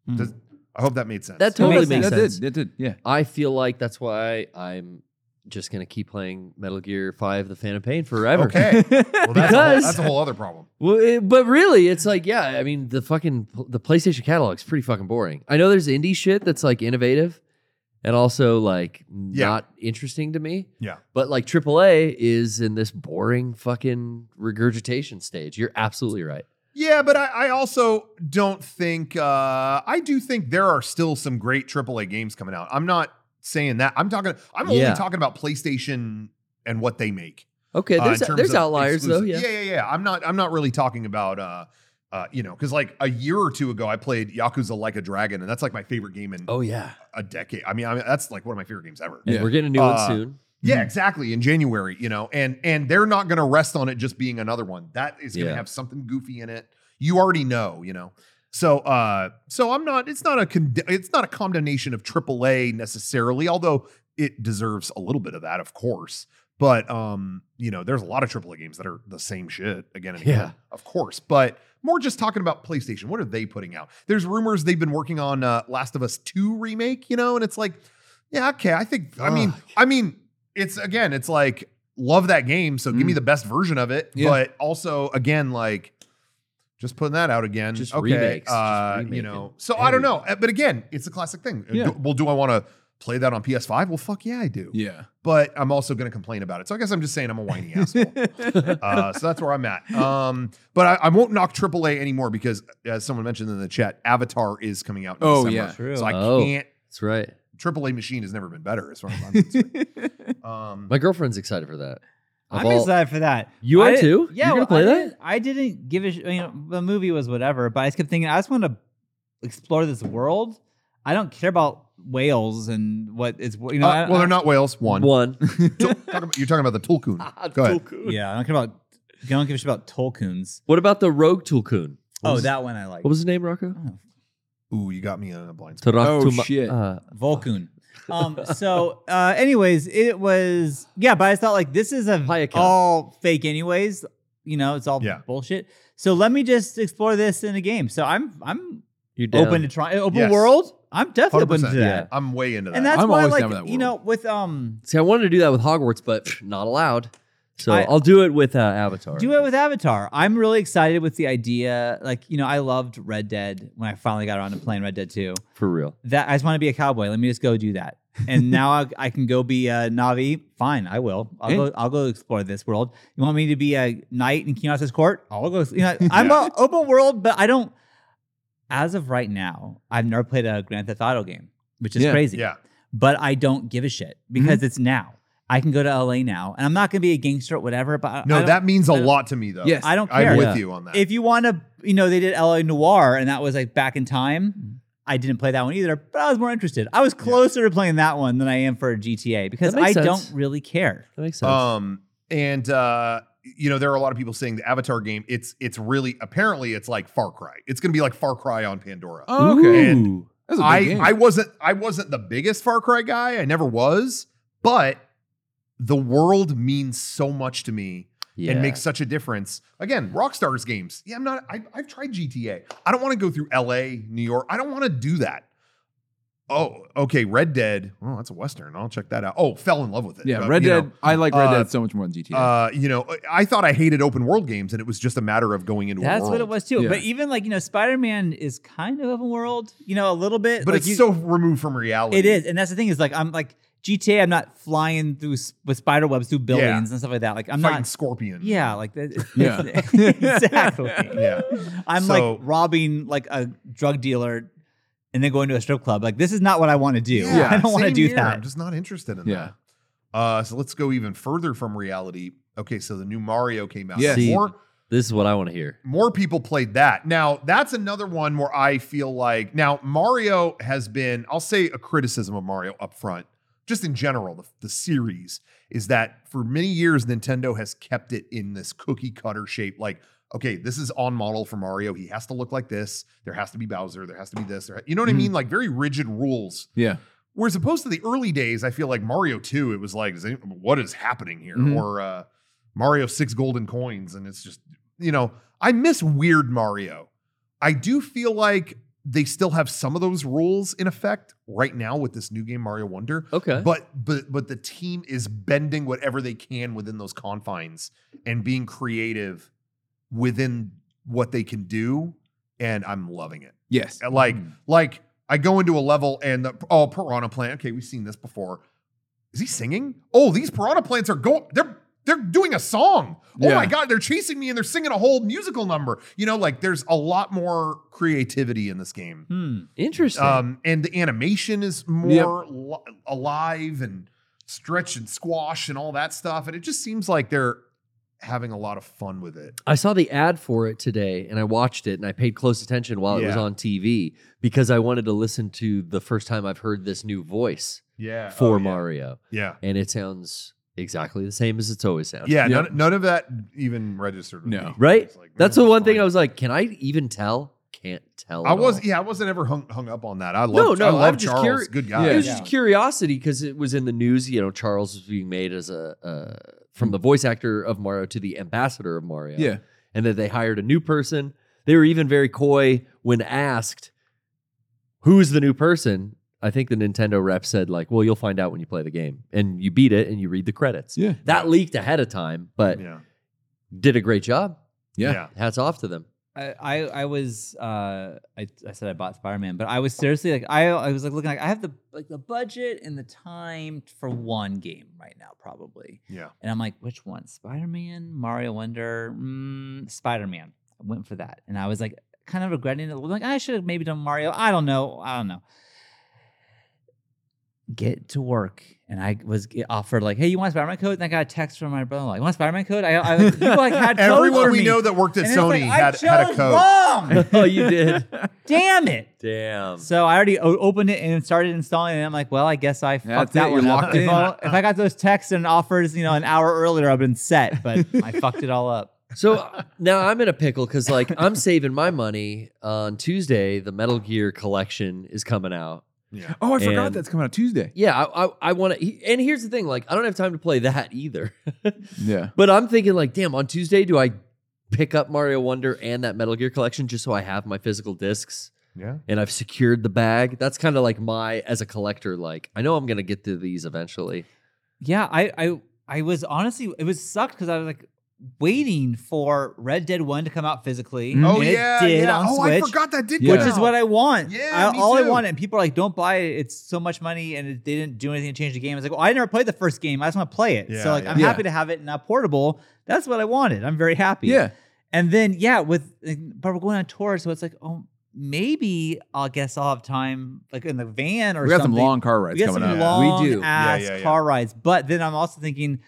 Hmm.
Mm.
does, I hope that made sense.
That
It
totally
makes
makes,
That did.
sense.
That did. Yeah.
I feel like that's why I'm just gonna keep playing Metal Gear Five: The Phantom Pain forever.
okay. Well, that's, a whole,
Because-
that's a whole other problem.
*laughs* Well, it- but really, it's like yeah. I mean, the fucking the PlayStation catalog's pretty fucking boring. I know there's indie shit that's like innovative, and also like
Yeah.
not interesting to me.
Yeah.
But like AAA is in this boring fucking regurgitation stage. You're absolutely right.
Yeah, but I, I also don't think uh, I do think there are still some great AAA games coming out. I'm not saying that. I'm talking. I'm
Yeah.
only talking about PlayStation and what they make.
Okay,
uh, in
there's
terms
there's
of
outliers though. Yeah.
exclusive- yeah, yeah, yeah. I'm not. I'm not really talking about. Uh, uh, you know, because like a year or two ago, I played Yakuza Like a Dragon, and that's like my favorite game in
Oh yeah.
a decade. I mean, I mean, that's like one of my favorite games ever.
And
Yeah.
we're getting a new
Uh,
one soon.
Yeah,
Mhm.
exactly. In January, you know, and and they're not going to rest on it just being another one. That is going to
Yeah.
have something goofy in it. You already know, you know. So, uh, so I'm not. It's not a. Cond- it's not a condemnation of AAA necessarily, although it deserves a little bit of that, of course. But um, you know, there's a lot of AAA games that are the same shit again and again,
Yeah.
of course. But more just talking about PlayStation. What are they putting out? There's rumors they've been working on uh, Last of Us Two remake, you know, and it's like, yeah, okay. I think. I mean,
Fuck.
I mean, it's again, it's like love that game, so give me
Mm.
the best version of it.
Yeah.
But also, again, like just putting that out again.
Just
okay,
remakes, just
uh, you
remaking
know. So I don't know, Uh, but again, it's a classic thing.
Yeah.
Do- well, do I want to play that on PS5? Well, fuck yeah, I do.
Yeah.
But I'm also going to complain about it. So I guess I'm just saying I'm a
*laughs*
whiny asshole. Uh, so that's where I'm at. Um, but I, I won't knock AAA anymore because, as someone mentioned in the chat, Avatar is coming out. In
Oh,
December.
yeah.
True.
So
*laughs*
I
Oh.
can't.
That's right.
AAA machine has never been better as far as I'm
*laughs*
concerned. Um,
My girlfriend's excited for that. Of
I'm
all-
excited for that.
You are
I-
too?
Yeah,
You're
well,
gonna play
I
that?
Didn't, I didn't give a. Sh- you know, the movie was whatever, but I just kept thinking I just want to explore this world. I don't care about whales and what is you know.
uh,
I-
well,
I-
they're not whales. One.
*laughs*
One.
Tul- talk about- you're talking about the Tulkun. Go ahead.
Yeah, I don't care about. I don't give a shit about Tolkien's.
What about the Rogue Tulkun? What
Oh,
was-
that one I like.
What was the name, Rocco?
Oh,
Ooh, you got me in a blind spot.
Tarak
Oh,
Tuma-
shit.
uh,
Vulcan. Um. So, uh, anyways, it was yeah, but I thought like this is a
Hayek.
all fake, anyways. You know, it's all
Yeah.
bullshit. So let me just explore this in a game. So I'm I'm
you're down.
open to try open
Yes.
world. I'm definitely open to
100%.
that.
Yeah.
I'm way into that.
And that's
I'm
why,
always
like
down with that
you know, with um,
See, I wanted to do that with Hogwarts, but pff, not allowed. So
I-
I, will do it with uh, Avatar.
do it with Avatar. I'm really excited with the idea. Like you know, I loved Red Dead when I finally got around to playing Red Dead Two.
for real.
That I just want to be a cowboy. Let me just go do that. And now I, I can go be a Navi. Fine, I will. I'll
Yeah.
go. I'll go explore this world. You want me to be a knight in King Arthur's court? I'll go. You know, I'm a open world, but I don't. As of right now, I've never played a Grand Theft Auto game, which is
Yeah.
crazy.
yeah.
but I don't give a shit because
Mm-hmm.
it's now. I can go to LA now, and I'm not going to be a gangster or whatever. But I- I
No,
don't-
that means a
I don't-
lot to me though.
Yes.
I don't care.
I'm with
Yeah.
you on that.
If you want to, you know, they did LA Noir, and that was like back in time. I didn't play that one either, but I was more interested. I was closer to playing that one than I am for GTA because
That makes
I
sense.
don't really care.
That makes sense.
um and uh you know there are a lot of people saying the Avatar game it's it's really apparently it's like Far Cry. It's going to be like Far Cry on Pandora.
Oh, okay.
And
Ooh.
That's a big
I
game.
I wasn't I wasn't the biggest Far Cry guy. I never was, but the world means so much to me
Yeah.
and makes such a difference. Again, Rockstar's games. Yeah, I'm not. I, I've tried GTA. I don't want to go through L.A., New York. I don't want to do that. Oh, okay. Red Dead. Oh, that's a western. I'll check that out. Oh, fell in love with it.
yeah,
Uh,
Red
you know,
Dead. I like Red
uh,
Dead so much more than GTA.
Uh, you know, I thought I hated open world games, and it was just a matter of going into.
That's
a world.
what it was too.
Yeah.
But even like you know, Spider Man is kind of open world, you know, a little bit.
But
like
it's
you-
so removed from reality.
It is, and that's the thing is like I'm like GTA. I'm not flying through s- with spider webs through buildings and stuff like that. Like I'm
fighting
not
scorpion.
Yeah, like that. it's-
Yeah.
*laughs*
it's- *laughs* exactly.
yeah.
I'm
So-
like robbing like a drug dealer and then going to a strip club. Like this is not what I want to do.
Yeah,
*laughs* I don't want to
same
do
here. I'm
that.
just not interested in
Yeah.
that. Uh, so let's go even further from reality. Okay, so the new Mario came out.
Yes.
More
this is what I want to hear.
more people played that. Now, that's another one where I feel like now Mario has been, I'll say a criticism of Mario up front, just in general, the, the series is that for many years, Nintendo has kept it in this cookie cutter shape. Like, okay, this is on model for Mario. He has to look like this. There has to be Bowser. There has to be this. There, you know what
Mhm.
I mean? Like, very rigid rules.
yeah.
Whereas opposed to the early days, I feel like Mario 2, it was like, is any- what is happening here?
Mhm.
Or uh, Mario 6 Golden Coins. And it's just, you know, I miss weird Mario. I do feel like they still have some of those rules in effect right now with this new game, Mario Wonder.
Okay.
But but but the team is bending whatever they can within those confines and being creative within what they can do. And I'm loving it.
Yes.
And, Uh, Like
Hmm.
like I go into a level and the oh piranha plant. Okay, we've seen this before. Is he singing? Oh, these piranha plants are going. They're they're doing a song. Oh my
Yeah.
god, they're chasing me and they're singing a whole musical number. You know, like there's a lot more creativity in this game.
Hmm.
Interesting.
Um, and the animation is more li- alive and stretch and squash and all that stuff. And it just seems like they're having a lot of fun with it.
I saw the ad for it today and I watched it and I paid close attention while it was
Yeah.
on TV because I wanted to listen to the first time I've heard this new voice
Yeah, Oh,
for
yeah.
Mario.
Yeah.
And it sounds exactly the same as it's always sounded.
Yeah,
Yeah.
None, none of that even registered. With
No.
me.
Right?
It's like,
That's
eh,
the one
fine.
thing I was like, can I even tell? Can't tell.
I
at
was
all.
yeah, I wasn't ever hung, hung up on that. I
No,
love
no,
I
I'm
love
just
Charles.
curi-
Good
Yeah.
guy.
It was
Yeah.
just curiosity because it was in the news. You know, Charles was being made as a uh, from the voice actor of Mario to the ambassador of Mario.
Yeah.
and that they hired a new person. They were even very coy when asked, "Who's the new person?" I think the Nintendo rep said, "Like, well, you'll find out when you play the game and you beat it and you read the credits."
Yeah.
That leaked ahead of time, but
Yeah.
did a great job.
Yeah.
Yeah. *laughs*
Hats off to them. *laughs*
I, I, I was uh I, I said I bought Spider Man, but I was seriously like I I was like looking like I have the like the budget and the time for one game right now probably.
Yeah.
And I'm like, which one? Spider Man, Mario Wonder, mm, Spider Man. I went for that, and I was like, kind of regretting it. Like I should have maybe done Mario. I don't know. I don't know. Get to work, and I was ge- offered like, "Hey, you want a Spider-Man code?" And I got a text from my brother like, "You want a Spider-Man code?" I, I like, people like had codes
*laughs* Everyone
for
we
me.
know that worked at
And it's like,
Sony
I
had, had a
chose
code. *laughs*
wrong.
oh, you did.
Damn it!
Damn.
So I already o- opened it and started installing it. And I'm like, well, I guess I fucked
it.
that
You
one up.
locked it
If,
in.
I, if I got those texts and offers, you know, an hour earlier, I've been set. *laughs* But I fucked it all up.
So uh, now I'm in a pickle because like I'm saving my money on Tuesday. The Metal Gear collection is coming out.
Yeah.
Oh, I forgot
And-
that's coming out Tuesday.
Yeah, I I, I want to. And here's the thing: like I don't have time to play that either. *laughs*
Yeah.
but I'm thinking like, damn, on Tuesday do I pick up Mario Wonder and that Metal Gear collection just so I have my physical discs
Yeah.
and I've secured the bag. That's kind of like my as a collector. Like I know I'm gonna get to these eventually.
Yeah, I I, I was honestly, it was sucked because I was like waiting for Red Dead One to come out physically.
Mm.
Oh
And it
yeah.
Mm-hmm. did
yeah.
on
oh, I
Switch,
forgot that did.
Yeah.
Which is what I want.
Yeah,
I-
me
all I
too.
want. And people are like, "Don't buy it. It's so much money, and it, they didn't do anything to change the game." It's like, "Well, I never played the first game. I just want to play it."
Yeah,
so like, I'm
yeah.
happy to have it now portable. That's what I wanted. I'm very happy.
Yeah.
And then yeah, with but we're going on tour, so it's like, oh, maybe I guess I'll have time, like in the van or
We got
something.
some long car rides
we got
coming
some
up.
long
We do.
ass
Yeah, yeah, yeah.
car rides. But then I'm also thinking,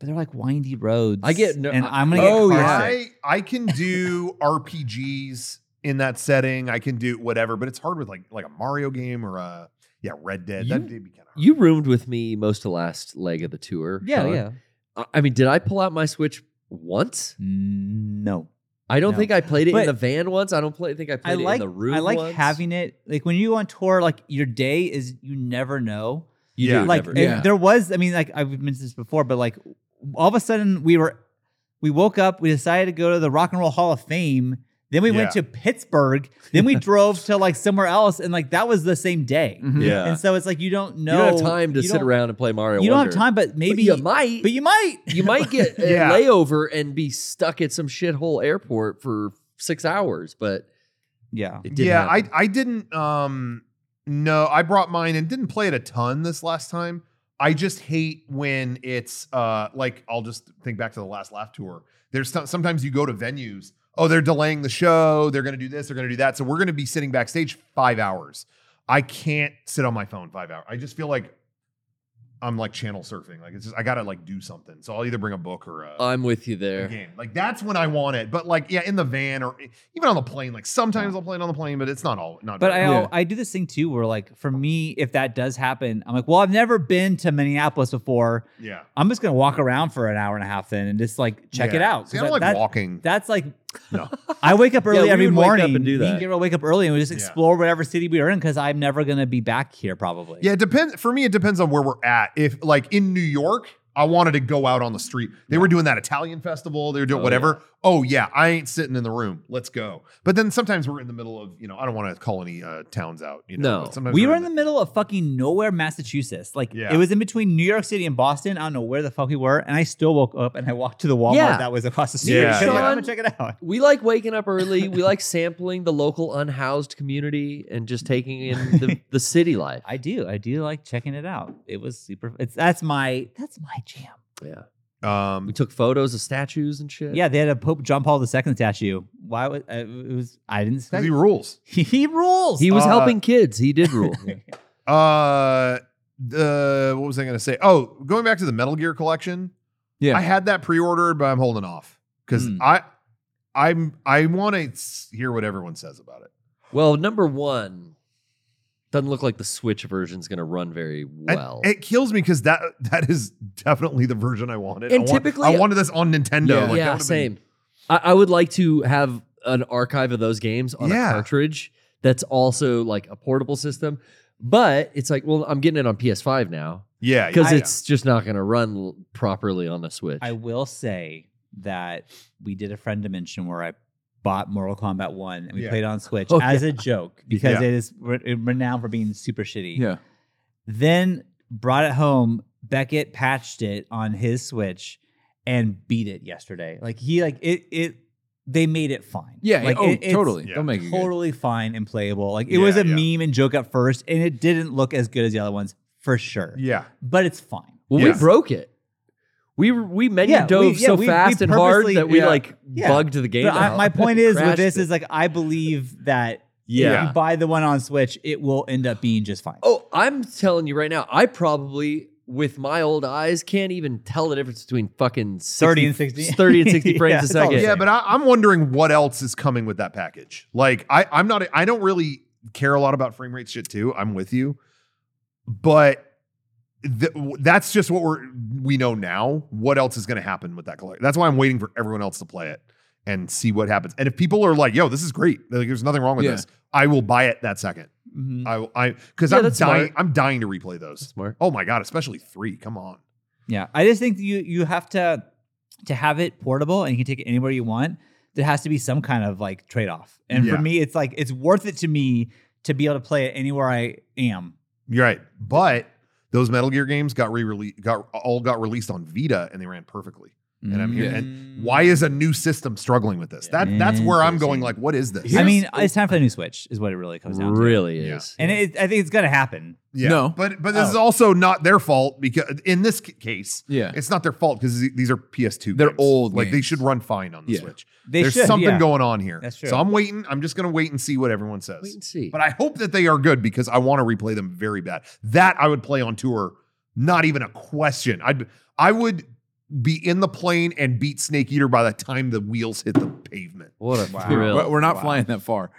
but they're like windy roads.
I get no-
and I'm gonna
Oh,
get car
yeah.
sick.
I I can do *laughs* RPGs in that setting. I can do whatever, but it's hard with like like a Mario game or a yeah Red Dead.
You-
That'd be kind of hard.
You roomed with me most of last leg of the tour.
Yeah,
Sean.
yeah.
I- I mean, did I pull out my Switch once?
No,
I don't
No.
think I played it
But-
in the van once. I don't play, think I
I
played
like
it in the room.
I like
once.
having it like when you go on tour, like your day is you never know.
You
Yeah.
do
like
never-
if
Yeah.
there was i mean like i've mentioned this before but like all of a sudden we were we woke up we decided to go to the rock and roll hall of fame then we went
Yeah.
to pittsburgh then we drove to like somewhere else and like that was the same day
Mhm.
Yeah.
and so it's like you don't know
you don't have time to
you
sit
don't-
around and play Mario.
you don't have
Wonder.
time but
But
maybe
you might.
but you might
you might
*laughs*
get a
Yeah.
layover and be stuck at some shithole airport for six hours. But
yeah
it didn't
Yeah,
happen.
I I didn't um no, I brought mine and didn't play it a ton this last time. I just hate when it's uh like I'll just think back to the last laugh tour. There's some- sometimes you go to venues, oh they're delaying the show, they're going to do this, they're going to do that. So we're going to be sitting backstage 5 hours. I can't sit on my phone 5 hours. I just feel like I'm like channel surfing. Like it's just I got to like do something. So I'll either bring a book or a
I'm with you
the
there.
game. Like that's when I want it. But like, yeah, in the van or even on the plane. Like sometimes I'll play it on the plane, but it's not all. Not
But I
very often.
Yeah.
I do this thing too, where like for me, if that does happen, I'm like, well, I've never been to Minneapolis before.
yeah,
I'm just gonna walk around for an hour and a half then, and just like check it
Yeah.
out.
See,
'Cause
I don't like
that- that-
walking.
That's like
No.
*laughs* I wake up early
we
every
would wake up
morning.
and do
Me
that.
Gary will wake up early and we just
Yeah.
explore whatever city we are in because I'm never gonna be back here probably.
yeah, it depends. For me, it depends on where we're at. If like in New York, I wanted to go out on the street. They were doing that Italian festival. They were doing
Oh,
whatever. Oh yeah, I ain't sitting in the room. Let's go. But then sometimes we're in the middle of you know. I don't want to call any uh, towns out. You know,
No.
but sometimes
We
we're
were in the middle of fucking nowhere, Massachusetts. Like
Yeah.
it was in between New York City and Boston. I don't know where the fuck we were, and I still woke up and I walked to the Walmart
Yeah.
that was across the street.
Yeah.
*laughs* I was like,
Sean-
I'm gonna check it out.
We like waking up
*laughs*
early. We like sampling the local unhoused community and just taking in
*laughs*
the, the city life.
I do. I do like checking it out. It was super. It's that's my that's my jam.
Yeah.
Um,
We took photos of statues and shit.
Yeah, they had a Pope John Paul II statue. Why was uh, it was I didn't expect.
he rules.
*laughs* he rules.
He was
Uh,
helping kids. He did rule.
Uh, the what was I going to say? Oh, going back to the Metal Gear collection.
Yeah.
I had that pre-ordered, but I'm holding off because
Hmm.
I, I'm I want to hear what everyone says about it.
well, number one, doesn't look like the Switch version's going to run very
And
well.
it kills me because that that is definitely the version I wanted.
And
I want-
typically-
I wanted this on Nintendo.
Yeah.
like, that
yeah,
would've been-
same. I, I would like to have an archive of those games on
Yeah.
a cartridge that's also like a portable system. But it's like, well, I'm getting it on PS5 now
yeah, yeah,
because
yeah.
it's just not going to run l- properly on the Switch.
I will say that we did a friend dimension where I bought Mortal Kombat One and we
Yeah.
played it on Switch
*laughs* Oh,
as a joke because
Yeah.
it is re- it renowned for being super shitty.
Yeah.
Then brought it home. Beckett patched it on his Switch and beat it yesterday. Like he like it it they made it fine.
Yeah,
like,
oh,
it- it's
totally.
Yeah.
They'll make it. good.
totally fine and playable. Like it
Yeah,
was a
yeah.
meme and joke at first, and it didn't look as good as the other ones for sure.
Yeah.
But it's fine.
Well,
Yeah.
we broke it. We we menu
Yeah, we-
dove
yeah,
so
we- we
fast and hard
purposely-
that we
yeah.
like
Yeah.
bugged the game.
But I-
out. *laughs*
my point is with
Crashed
this
it.
is like I believe that
yeah.
if you buy the one on Switch, it will end up being just fine.
Oh, I'm telling you right now, I probably with my old eyes can't even tell the difference between fucking 60,
30 and
*laughs*
60.
30
*laughs*
and 60 frames
Yeah,
a
it's all the
second.
Oh, Yeah, but I, I'm wondering what else is coming with that package. Like, I, I'm not, I don't really care a lot about frame rate shit too. I'm with you, but th- that's just what we're we know now. What else is going to happen with that collection? That's why I'm waiting for everyone else to play it and see what happens. And if people are like, "Yo, this is great," like, there's nothing wrong with
Yeah.
this. I will buy it that second.
Mhm.
I will- I because
Mm. Yeah,
I'm dying.
that's smart.
I'm dying to replay those.
smart.
Oh my god, especially three. Come on.
Yeah, I just think you you have to to have it portable and you can take it anywhere you want. There has to be some kind of like trade off, and
Yeah.
for me, it's like it's worth it to me to be able to play it anywhere I am.
You're right. But those Metal Gear games got re-released, got all got released on Vita, and they ran perfectly. And I'm here.
Yeah.
Mm.
And why is a new system struggling with this? That
Mm,
that's where I'm going. Like, what is this?
I mean, it's time for the new Switch, is what it really comes down to.
Really
Yeah.
is.
And it, I think it's gonna happen.
yeah.
No. Oh.
but but this is also not their fault because in this c- case,
Yeah.
it's not their fault because these are PS2.
They're
games.
old
Like they
games.
should run fine on the
Yeah.
Switch.
They
There's
should,
something
yeah.
going on here.
That's true.
So I'm waiting. I'm just gonna wait and see what everyone says.
Wait and see.
But I hope that they are good because I want to replay them very bad. That I would play on tour, not even a question. I'd I would be in the plane and beat Snake Eater by the time the wheels hit the pavement.
what a
Wow.
thrill.
But we're not
Wow.
flying that far.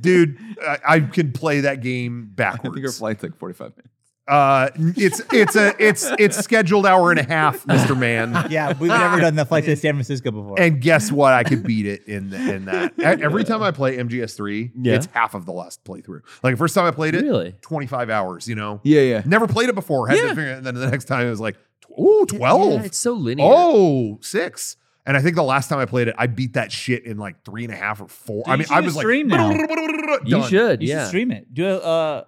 Dude, I, I can play that game
I think our
backwards.
flight's like 45 minutes.
Uh, it's it's a it's it's scheduled hour and a half, Mister Man.
*laughs* Yeah, we've never done the flight to San Francisco before.
And guess what? I could beat it in the, in that. E- Every time I play MGS3,
Yeah.
it's half of the last playthrough. Like first time I played it,
Really?
25 hours, you know.
Yeah, yeah.
Never played it before. Had to
Yeah.
figure it, and then the next time it was like, oh, 12.
Yeah, it's so linear.
oh, six. And I think the last time I played it, I beat that shit in like three and a half or four.
Dude,
I
you
mean,
should
I
do
was *laughs* like,
stream now.
you
done.
should.
you
yeah.
should stream it. Do a, uh,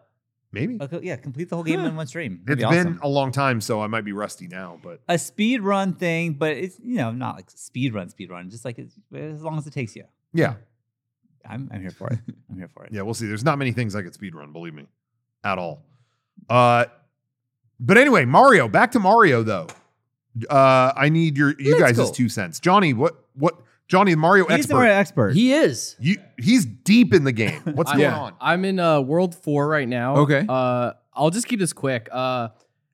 Maybe.
a co- yeah, complete the whole game
Huh.
in one stream.
It's
That'd be awesome.
been a long time, so I might be rusty now, but
a speed run thing, but it's you know not like speed run, speed run, just like it's, as long as it takes you.
yeah.
I'm I'm here for
*laughs*
it. I'm here for it.
Yeah, we'll see. There's not many things I could speedrun, believe me, at all. Uh, but anyway, Mario. Back to Mario though. Uh, I need your you
Let's
guys'
go.
two cents, Johnny. What what Johnny the Mario
He's
expert?
the Mario expert.
He is.
you he's deep in the game. What's
I-
going
yeah.
on?
I'm in uh, World 4 right now.
Okay.
Uh, I'll just keep this quick. Uh,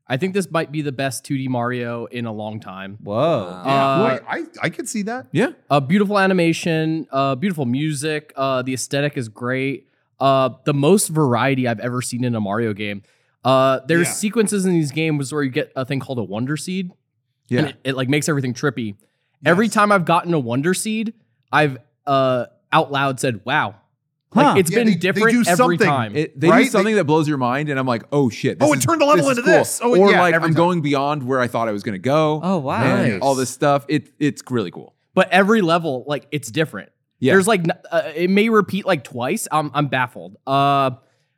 I think this might be the best 2D Mario in a long time.
Whoa.
Uh,
Yeah, boy, I I could see that.
Yeah.
Uh, beautiful animation, uh, beautiful music. Uh, the aesthetic is great. Uh, the most variety I've ever seen in a Mario game. Uh, there's
Yeah.
sequences in these games where you get a thing called a Wonder Seed, and
Yeah.
it, it, like makes everything trippy. Every time I've gotten a Wonder Seed, I've uh, out loud said, "Wow!"
Huh.
Like it's
Yeah,
been
they- they
different
do
every
something.
time.
It, they
Right?
do something that blows your mind, and I'm like, oh shit.
Oh, it
is-
turned the level
is
into this. Oh,
or
yeah,
like,
every
I'm
time.
going beyond where I thought I was going to go.
Oh, wow.
and
Nice.
All this stuff. It, it's really cool.
but every level like it's different
Yeah.
there's like n- uh, it may repeat like twice i'm, I'm baffled uh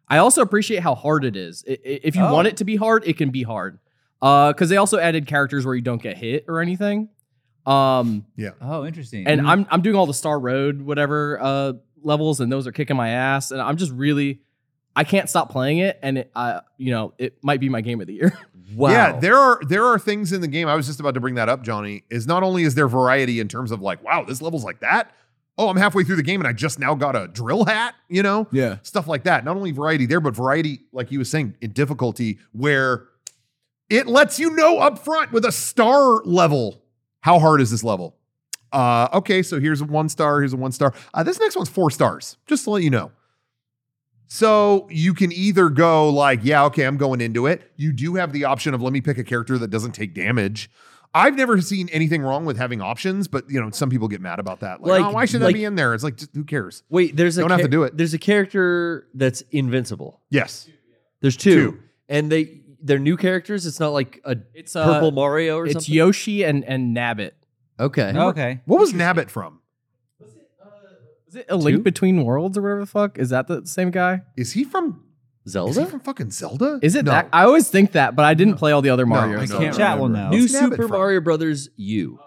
i also appreciate how hard it is I- I- if you
Oh.
want it to be hard it can be hard uh because they also added characters where you don't get hit or anything um
Oh, interesting.
Mm-hmm.
and i'm i'm doing all the star road whatever uh levels and those are kicking my ass and i'm just really i can't stop playing it and it, uh, you know it might be my game of the year
Wow.
Yeah, there are there are things in the game. I was just about to bring that up, Johnny. Is not only is there variety in terms of like, wow, this level's like that. Oh, I'm halfway through the game and I just now got a drill hat. You know,
Yeah.
stuff like that. Not only variety there, but variety, like you was saying, in difficulty where it lets you know up front with a star level how hard is this level. Uh, okay, so here's a one star. Here's a one star. Uh, this next one's four stars. Just to let you know. So you can either go like, yeah, okay, I'm going into it. You do have the option of let me pick a character that doesn't take damage. I've never seen anything wrong with having options, but you know, some people get mad about that. Like,
Like-
oh, why should that
like-
be in there? It's like, just, who cares?
Wait, there's a
Don't have to do it.
There's a character that's invincible.
Yes.
There's two.
Two.
And they they're new characters. It's not like a
it's uh,
purple Mario or
*laughs* it's
something.
yoshi and and nabbit
okay.
okay.
What was Nabbit from?
is it a link
Two?
between worlds or whatever the fuck is that the same guy
Is he from Is he
Zelda?
from fucking Zelda?
Is it
no.
that? I always think that, but I didn't play all the other
No,
Mario.
I
games.
can't
Chat will
remember.
know.
New
What's Nabbit
Super
from?
Mario Brothers U.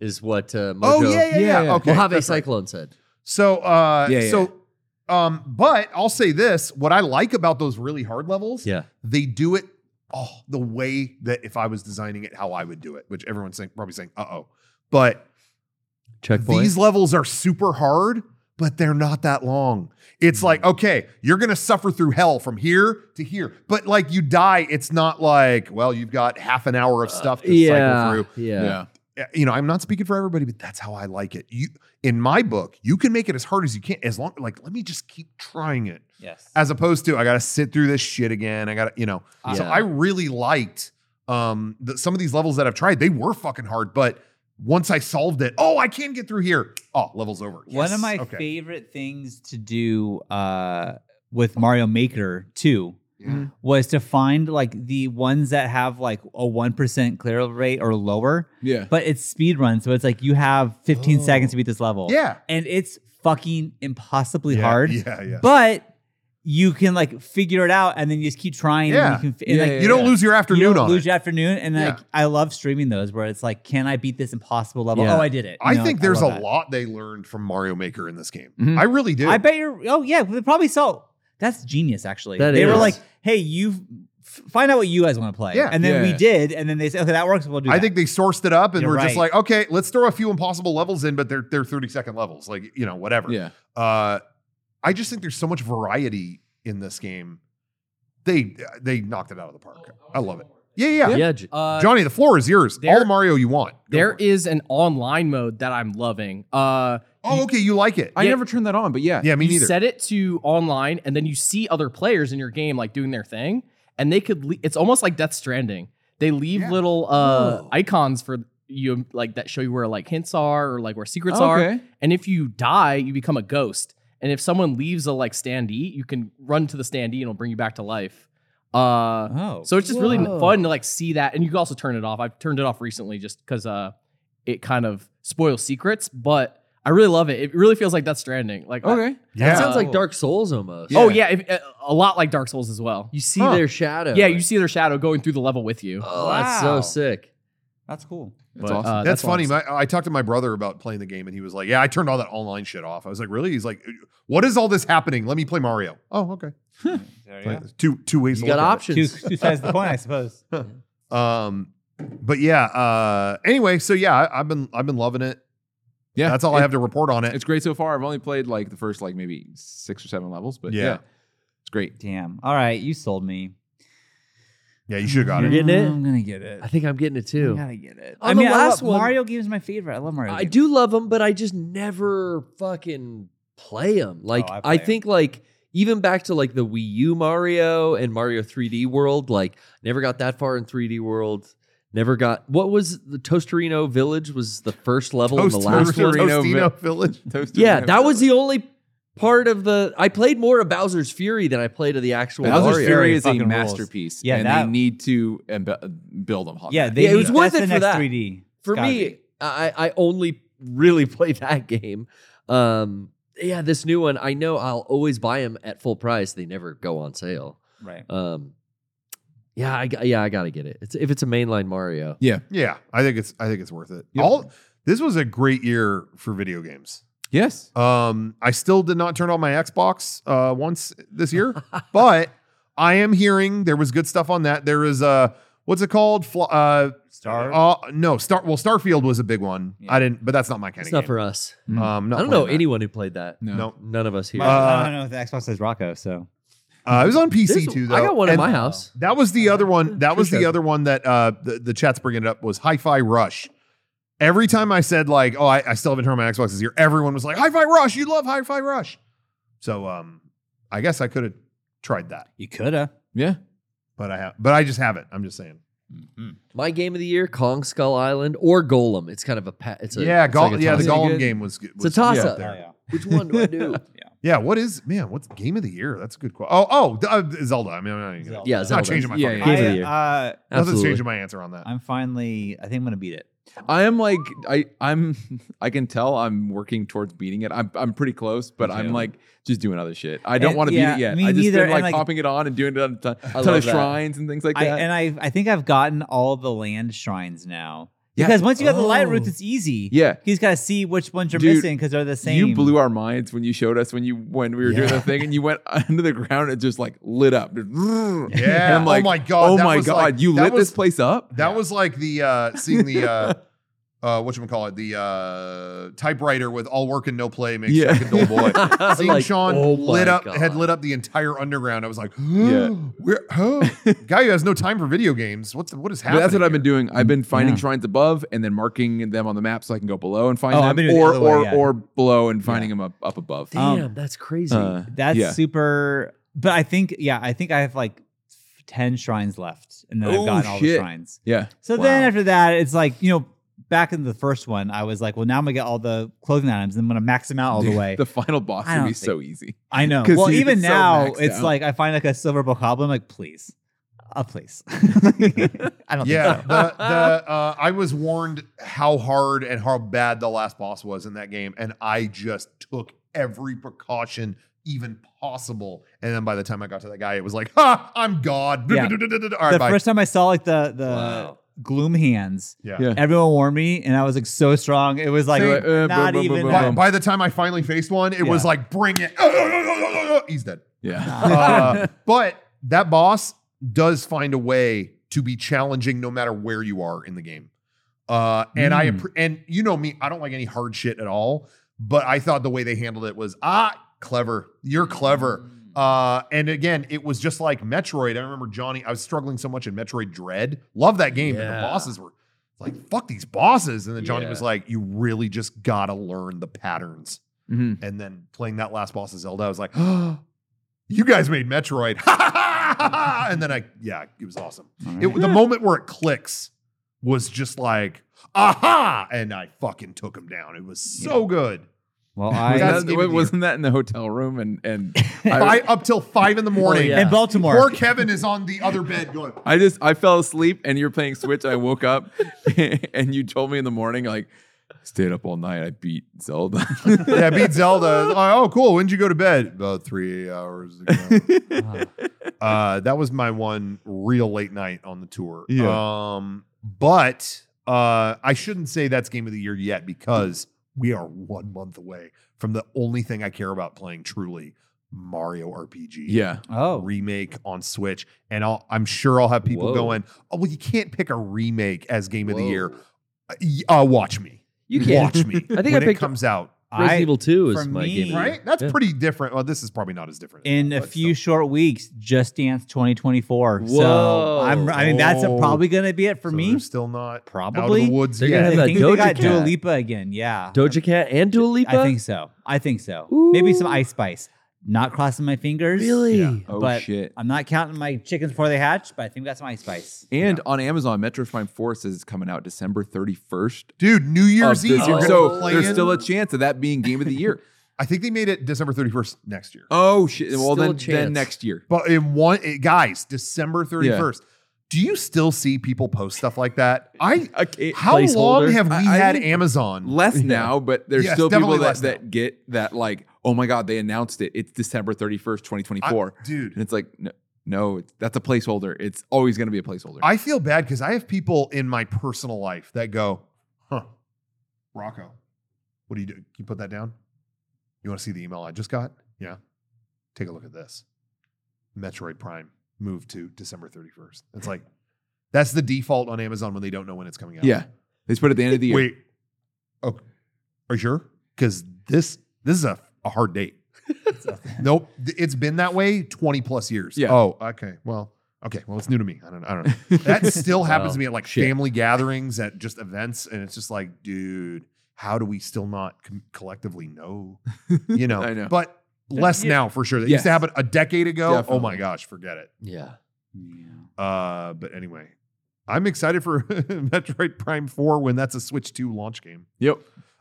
is what uh, Mojo.
Oh yeah, yeah, yeah.
Yeah, yeah.
Okay.
Mojave
that's right.
Cyclone said.
So, uh,
Yeah, yeah.
so, um, but I'll say this: what I like about those really hard levels,
Yeah.
they do it oh the way that if I was designing it, how I would do it, which everyone's saying, probably saying, "Uh oh," but
Checkpoint.
These levels are super hard, but they're not that long. It's like, okay, you're going to suffer through hell from here to here. But like you die, it's not like, well, you've got half an hour of stuff to
yeah,
cycle
yeah.
through. Uh, You know, I'm not speaking for everybody, but that's how I like it. You in my book, you can make it as hard as you can as long like let me just keep trying it
Yes.
as opposed to I got to sit through this shit again. I got to, you know. So
Yeah.
I really liked um the, some of these levels that I've tried. They were fucking hard, but once I solved it, oh, I can get through here. Oh, level's over.
One
Yes.
of my
Okay.
favorite things to do uh, with Mario Maker 2
Yeah. Mm-hmm.
was to find like the ones that have like a 1% clear rate or lower,
Yeah.
but it's speed run. So it's like you have 15
Oh.
seconds to beat this level.
Yeah.
And it's fucking impossibly
Yeah,
hard.
Yeah, yeah.
But you can like figure it out and then you just keep trying.
Yeah.
And you can, and,
Yeah,
like,
yeah,
you don't
yeah.
lose your afternoon
you don't
on
lose
it.
your afternoon. And
Yeah.
like I love streaming those where it's like, can I beat this impossible level?
Yeah.
Oh, I did it.
I
You know,
think
like,
there's a
love that. Mm-hmm.
lot they learned from Mario Maker in this game.
Mhm.
I really do.
I bet you're. Oh yeah, they probably saw. That's genius. Actually,
That
they were
is.
like, "Hey, you f- find out what you guys want to play."
Yeah.
and then we
Yeah.
did, and then they said, "Okay, that works. We'll do."
I
that."
think they sourced it up and
You're
were just like,
right.
okay, let's throw a few impossible levels in, but they're they're 30 second levels, like you know, whatever.
Yeah.
uh, I just think there's so much variety in this game. They they knocked it out of the park. Oh, I love it. Yeah, yeah.
yeah.
yeah.
J-
Uh,
Johnny, the floor is yours.
there-
All Mario you want. Go
there
for it.
is an online mode that I'm loving. Uh,
Oh, okay. You like it?
I
Yeah.
never turned that on, but yeah.
yeah, me
you
neither.
set it to online, and then you see other players in your game like doing their thing, and they could. Le- it's almost like Death Stranding. They leave
Yeah.
little uh, icons for you, like that show you where like hints are or like where secrets are.
Oh, Okay.
And if you die, you become a ghost. And if someone leaves a like standee, you can run to the standee and it'll bring you back to life. Uh,
Oh,
so it's just really
Whoa.
fun to like see that. And you can also turn it off. I've turned it off recently just because uh, it kind of spoils secrets. But I really love it. It really feels like that's Stranding. Like I-
Okay.
yeah.
Sounds like
Oh.
Dark Souls almost.
oh yeah, if, uh, a lot like Dark Souls as well.
You see
Huh.
their shadow.
*laughs* Yeah, you see their shadow going through the level with you.
Oh,
Wow.
that's so sick.
*laughs*
that's cool.
That's
But,
awesome.
uh,
that's, funny.
awesome.
My, I talked to my brother about playing the game, and he was like, "Yeah, I turned all that online shit off." I was like, "Really?" He's like, "What is all this happening? Let me play Mario." Oh, okay.
There
Like, two two ways.
You
to
got
look at it.
Two,
options.
two sides of the coin, I suppose.
Um, but yeah. Uh, anyway, so yeah, I, I've been I've been loving it.
Yeah.
that's all I
It-
have to report on it.
It's great so far. I've only played like the first like maybe six or seven levels, but
Yeah.
yeah. It's great.
Damn. All right, you sold me.
yeah, you should have got
You're
it.
getting it?
I'm gonna get it.
I think I'm getting it
I
too.
gotta get it.
On
I
the
mean, I
last
love-
one-
Oh, Mario games is my favorite. I love Mario.
I
games.
do love them, but I just never fucking play them. Like
I
I,
play 'em.
think like even back to like the Wii U Mario and Mario 3D World, like never got that far in 3D World. Never got what was the Toasterino Village was the first level in the last
Toaster-
one.
Toasterino
Toastino Village.
Toasted
Yeah,
Mayo
that was
Village.
the only part of the I played more of Bowser's Fury than I played of the actual
Bowser's
Mario.
Fury is a
Fucking rules.
masterpiece.
Yeah,
and
that-
they need to embe- build them. Hawkeye.
Yeah, they
Yeah, it was
need-
worth
that's
it
the next
for that.
3D.
for
Gotta
me,
be.
I, I only *laughs* really play that game. Um, yeah, this new one, I know I'll always buy them at full price. They never go on sale.
right?
Um, yeah, I, g- yeah, I gotta get it. It's if it's a mainline Mario.
Yeah, I think it's I think it's worth it.
Yep.
All this was a great year for video games.
Yes.
Um, I still did not turn on my Xbox uh, once this year, but I am hearing there was good stuff on that. There is a what's it called? Fl- uh,
Star.
uh, no, Star. Well, Starfield was a big one.
Yeah.
I didn't, but that's not my kind
It's
of
not
game.
for us.
for-
um, not
I don't know
playing that.
anyone who played that.
No.
No,
None of us here.
Well, I
Uh,
don't know if the Xbox says Rocco, so
uh, it was on
There's-
PC too. Though
I got one
And
in my house.
That was the other one. That
True
was the
shows.
other one that uh, the, the chat's bringing it up was Hi-Fi Rush. Every time I said like, oh, I, I still haven't heard my Xbox this year, everyone was like, Hi-Fi Rush, you love Hi-Fi Rush. So um, I guess I could have tried that,
you coulda.
Yeah.
but I have, but I just haven't. I'm just saying.
mm-hmm.
My game of the year: Kong Skull Island or Golem. It's kind of a pa- it's a
yeah,
it's
Gol-
like a
yeah, the
toss-up.
Golem
good.
game was, good.
It's a toss-up.
up there.
Oh, yeah.
Which one do
*laughs*
I do?
Yeah, what is man? What's game of the year? That's a good question. Oh, oh, d- uh, Zelda. I mean, I'm not even gonna,
Zelda.
yeah,
it's not
Zelda.
changing my
Yeah,
fucking
yeah.
mind.
Game of the
I,
year.
uh,
Nothing's
Absolutely.
changing my answer on that.
I'm finally. I think I'm gonna beat it.
I am like I I'm *laughs* I can tell I'm working towards beating it. I'm I'm pretty close, but
Me too.
I'm like just doing other shit. I don't
And-
want to
yeah,
beat it yet.
me
I just
neither,
been
and,
like,
like-
popping it on and doing it on a ton,
I
ton
love
of
that.
shrines and things like
I,
that.
and I I think I've gotten all the land shrines now.
Yeah.
Because once you got the light
Oh.
routes, it's easy.
Yeah.
You just got to see which ones you're
Dude,
missing because they're the same.
You blew our minds when you showed us when you when we were doing the thing and you went *laughs* under the ground and it just like lit up.
Yeah.
And *laughs* I'm like,
oh my god.
Oh
that
my
was
god,
like-
you
that
lit
was,
this place up?
That was like the uh seeing the
*laughs*
uh uh whatchamacallit, the uh typewriter with all work and no play makes
Yeah.
like a dull
*laughs*
boy. Seeing
Like,
Sean
oh my
lit up had
God.
lit up the entire underground. I was like,
*laughs*
Yeah.
where
*laughs*
huh? guy who has no time for video games. What's what is
But
happening?
that's what I've been
here?
doing. I've been finding
Yeah.
shrines above and then marking them on the map so I can go below and find
Oh, I've been
them,
doing the
or
other way,
or
yeah.
or below and finding them up up above.
Damn,
Um,
that's crazy.
Uh,
That's
yeah.
super. But I think, yeah, I think I have like 10 shrines left and then I've
Oh,
gotten all the
shit.
shrines.
yeah.
So then after that, it's like, you know, back in the first one, I was like, well, now I'm going to get all the clothing items and I'm going to max them out *laughs*
*laughs*
all the way.
the final boss
I
would
don't
be so easy.
I know.
'Cause
Well,
he's
even
so
now,
maxed
it's
out.
like I find like a silver bokoblin. I'm like, please, uh, please. *laughs* I don't.
Yeah,
Think so.
the,
*laughs*
*laughs*
the uh, I was warned how hard and how bad the last boss was in that game, and I just took every precaution even possible. And then by the time I got to that guy, it was like, "Ha, I'm God." *laughs*
Yeah.
All right,
the
bye.
first time I saw like the the
Wow.
gloom hands,
yeah.
Yeah.
everyone warned me, and I was like so strong. It was like
Same. Uh,
not
boom, boom,
even.
boom,
By,
Um,
by the time I finally faced one, it was
Yeah.
like, "Bring it!" *laughs* He's dead.
*laughs*
*laughs*
Yeah.
Uh, but that boss does find a way to be challenging no matter where you are in the game. Uh, and I
Mm.
appre- and you know me, I don't like any hard shit at all. But I thought the way they handled it was ah clever. You're clever.
Hmm.
Uh, and again, it was just like Metroid. I remember Johnny. I was struggling so much in Metroid Dread. Love that game. And the
Yeah.
bosses were like, "Fuck these bosses." And then Johnny
Yeah.
was like, "You really just gotta learn the patterns."
Mhm.
And then playing that last boss of Zelda, I was like, "Oh, you guys made Metroid. *laughs* and then I, yeah, it was awesome. It, the moment where it clicks was just like, aha. And I fucking took him down. It was so good.
well,
Was
I
That's-
that-
even
wasn't that in the hotel room and
*laughs*
and
I,
I,
up till five in the morning.
yeah.
in Baltimore.
Poor Kevin is on the other bed going,
I just I fell asleep and you're playing Switch. I woke up *laughs* and you told me in the morning like stayed up all night. I beat Zelda. *laughs*
yeah, I beat Zelda. Oh, cool. When did you go to bed? About three hours ago.
*laughs*
Ah.
uh, that was my one real late night on the tour.
Yeah.
Um, but uh, I shouldn't say that's game of the year yet because we are one month away from the only thing I care about playing truly Mario RPG.
yeah.
oh,
Remake on Switch, and I'll, I'm sure I'll have people
Whoa.
going, "Oh, well, you can't pick a remake as game of the
Whoa.
year." Uh, y- Uh, watch me,
You can.
watch me
*laughs* I think
when
I picked
it comes out.
Resident
I
Evil Two
for
is my
me-
game. of the year.
Right? That's
Yeah.
pretty different. Well, this is probably not as different. as
in
that,
a
but
few
still.
short weeks, Just Dance 2024. So
Whoa.
I'm. I mean, that's a,
Oh.
probably gonna be it for
So
me.
they're still not out of
Probably.
the woods
They're
yet.
gonna
I
have that
think they
Doja
got Dua
Cat.
Lipa again. Yeah.
Doja Cat and Dua Lipa.
I think so. I think so. Maybe some Ice Spice. Not crossing my fingers.
Really?
Yeah.
Oh
But-
shit.
I'm not counting my chickens before they hatch, but I think we got some Ice Spice.
And on Amazon, Metro Prime Four says it's coming out December 31st.
Dude, New Year's
of
Eve.
this
we're
year.
gonna
So
play
there's
in-
still a chance of that being game of the year.
I think they made it December 31st next year.
Oh shit! Well,
Still
then
a
then
chance.
next year.
But in one, it, guys, December 31st. Do you still see people post stuff like that? I
Okay,
how long
placeholder.
have we
I- I
had
think
Amazon?
less now, but there's
Yes,
still people
definitely
that,
less now.
that get that like, oh my god, they announced it. It's December 31st, 2024,
I- dude,
and it's like, no, no it's, that's a placeholder. It's always going to be a placeholder.
I feel bad because I have people in my personal life that go, huh, Rocco, what do you do? Can you put that down? You want to see the email I just got? Yeah. Take a look at this. Metroid Prime moved to December 31st. It's like, that's the default on Amazon when they don't know when it's coming out.
yeah, they just put it at the end of the year.
Wait. Okay. Are you sure? Because this this is a, a hard date. nope. Th- It's been that way 20 plus years.
Yeah.
Oh, okay. Well, okay. Well, it's new to me. I don't I don't know.
*laughs*
That still happens to
Wow.
Oh,
me at like
Shit.
family gatherings, at just events, and it's just like, dude, how do we still not com- collectively
*laughs*
know? You know.
I know.
But less
Yeah.
now for sure. That used
Yes.
to happen a decade ago. Oh my
Definitely.
gosh, forget it.
Yeah.
Uh, but anyway, I'm excited for *laughs* Metroid Prime 4 when that's a Switch 2 launch game.
Yep.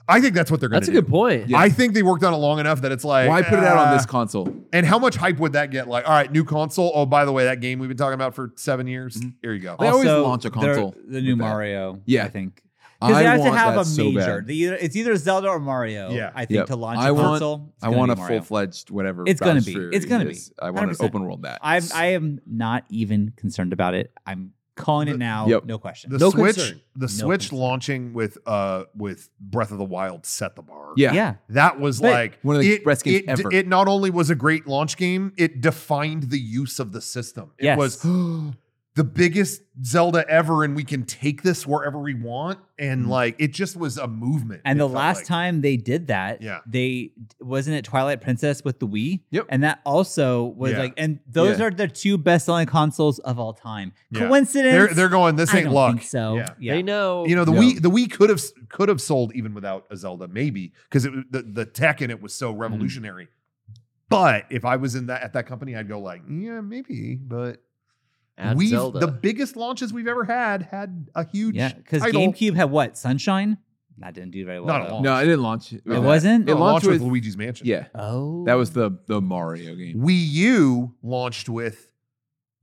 I think that's what they're going
That's
to do.
a good
*laughs*
point.
Yeah.
I think they worked on it long enough that it's like
Why put it out on this
uh,
console?
and how much hype would that get? Like, all right, new console. Oh, by the way, that game we've been talking about for seven years.
Mhm.
Here you go.
They always
Also,
launch a
they're-
console
The new
with that.
Mario.
Yeah.
I think. Because
I
they have to
want
have
that
a
so
major.
bad.
They either, it's either Zelda or Mario.
Yeah.
I think
Yep.
to launch
I
a
want-
console. it's
I
gonna
want
be
a
Mario.
full fledged whatever.
It's gonna
browse
be.
through
It's gonna
it
be.
is. I want an
100%.
open world that.
I'm I am not even concerned about it. I'm Calling it now,
Yep.
no question.
The
No
Switch,
concern.
the
No
Switch
concern.
launching with uh with Breath of the Wild set the bar.
Yeah.
yeah.
That was
But-
like
One of the
it,
best games
it, d-
ever.
It not only was a great launch game, it defined the use of the system. It
Yes.
*gasps*
was *gasps* the biggest Zelda ever, and we can take this wherever we want.
Mm-hmm.
And like, it just was a movement. it
And the
felt
last
like.
time they did that,
Yeah.
they wasn't it Twilight Princess with the Wii?
Yep.
And that also was
Yeah.
like, and those
Yeah.
are the two best selling consoles of all time.
Yeah. they're
Coincidence?
they're going, this
I
ain't
don't
luck.
think so
Yeah.
yeah.
They know.
You know the
Yeah.
Wii the Wii could have s- could have sold even without a Zelda maybe because it was- the the tech in it was
Mm-hmm.
so revolutionary. But if I was in that at that company, I'd go like, yeah, maybe. But
Add
we
Zelda.
the biggest launches we've ever had had a huge
Yeah, because
title.
GameCube had what? Sunshine? That didn't do very well.
Not
at
at
all.
all.
No, it didn't launch. It
It wasn't?
It
No,
launched with,
Luigi's Mansion.
yeah.
Oh,
That was the the Mario game.
Wii U launched with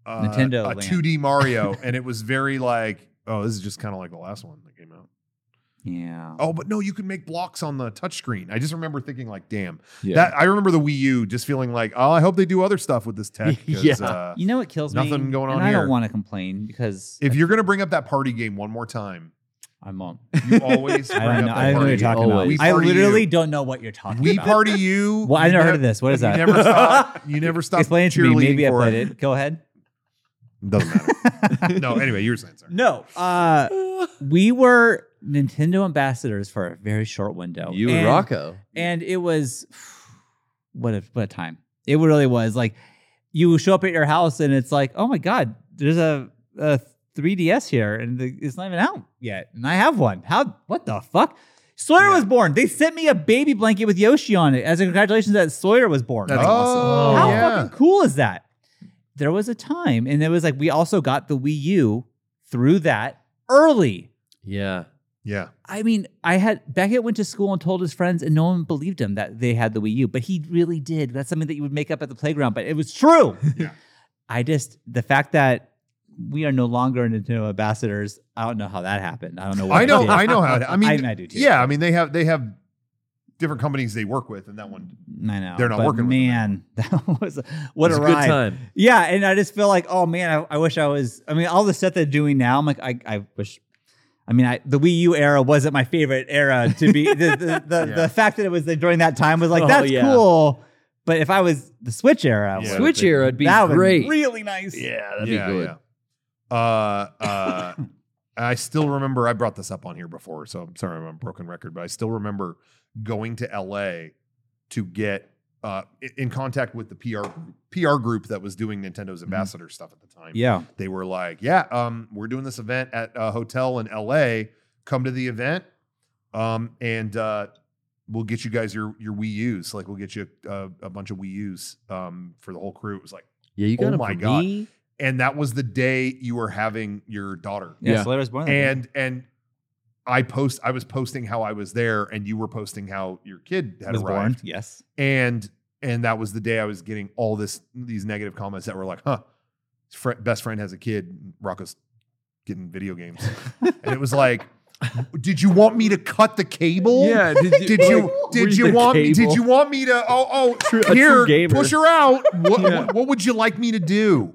uh,
Nintendo
a
Land.
2D
*laughs*
Mario, and it was very like, oh, this is just kind of like the last one that came out.
yeah.
Oh, but no, you could make blocks on the touchscreen. I just remember thinking like, damn,
Yeah.
that I remember the Wii U just feeling like, oh, I hope they do other stuff with this
*laughs*
tech. 'cause,
Yeah.
uh,
You know what kills me?
nothing going on
and I
here.
don't want to complain because
if you're gonna bring up that party game one more time,
I'm on. *laughs*
you always bring
I don't
up that
know. I don't know what
party.
you're talking about.
Always.
We
I
party
literally
you.
don't know what you're talking
We
about.
party you.
*laughs* Well, I
you
never
ne-
heard of this. What is that?
You never
*laughs*
stop. You never stop.
Explain it to me. Maybe
cheerleading
I
for
played it.
*laughs*
Go ahead. *laughs*
Doesn't matter. no, anyway, you were saying sorry.
No,
*laughs*
uh, we were Nintendo ambassadors for a very short window.
you and
and,
Rocco.
and it was *sighs* what a what a time. It really was like you show up at your house and it's like, oh my god, there's a, a 3DS here and the, it's not even out yet, and I have one. How? What the fuck? Sawyer was born. They sent me a baby blanket with Yoshi on it as a congratulations that Sawyer was born.
That's
oh,
awesome.
How
yeah.
fucking cool is that? There was a time, and it was like we also got the Wii U through that early.
Yeah.
Yeah.
I mean, I had Beckett went to school and told his friends, and no one believed him that they had the Wii U, but he really did. That's something that you would make up at the playground, but it was true.
*laughs* Yeah.
I just the fact that we are no longer Nintendo ambassadors. I don't know how that happened. I don't know. What
I know.
did.
I know how. to- I mean,
*laughs* I, do too.
yeah. I mean, they have they have different companies they work with, and that one.
I know.
They're not
but
working with them
Man, *laughs* that was a- what
It's
a
a
ride.
good time.
Yeah, and I just feel like, oh man, I, I wish I was. I mean, all the stuff they're doing now, I'm like, I, I wish. I mean, I, the Wii U era wasn't my favorite era to
*laughs*
be. the the, the,
Yeah.
the fact that it was there during that time was like
Oh,
that's
yeah.
cool, but if I was the Switch era,
Yeah.
would've
Switch
been-
era would be
that would've been
great.
really nice.
that'd
yeah,
be good.
yeah. Uh,
*laughs*
uh, I still remember I brought this up on here before, so I'm sorry I'm a broken record, but I still remember going to LA to get uh, i- in contact with the PR PR group that was doing Nintendo's
Mm-hmm.
ambassador stuff at the time.
yeah.
They were like, "Yeah, um, we're doing this event at a hotel in LA. Come to the event, um, and uh, we'll get you guys your your Wii U's. Like, we'll get you a, a bunch of Wii U's um, for the whole crew." It was like,
Yeah, you got
Oh
'em
my
for
God.
me.
and that was the day you were having your daughter.
Yeah,
Yeah.
so I was born. then.
And and I post I was posting how I was there, and you were posting how your kid had
was born.
arrived.
Yes.
And and that was the day I was getting all this these negative comments that were like, "Huh, his fri- best friend has a kid. Rocco's getting video games," and it was like, "Did you want me to cut the cable?"
Yeah. *laughs* Did you?
Did you did
read
you
the
want did
cable.
you want me to oh oh
a
here
true gamer.
push her out what,
Yeah.
what what would you like me to do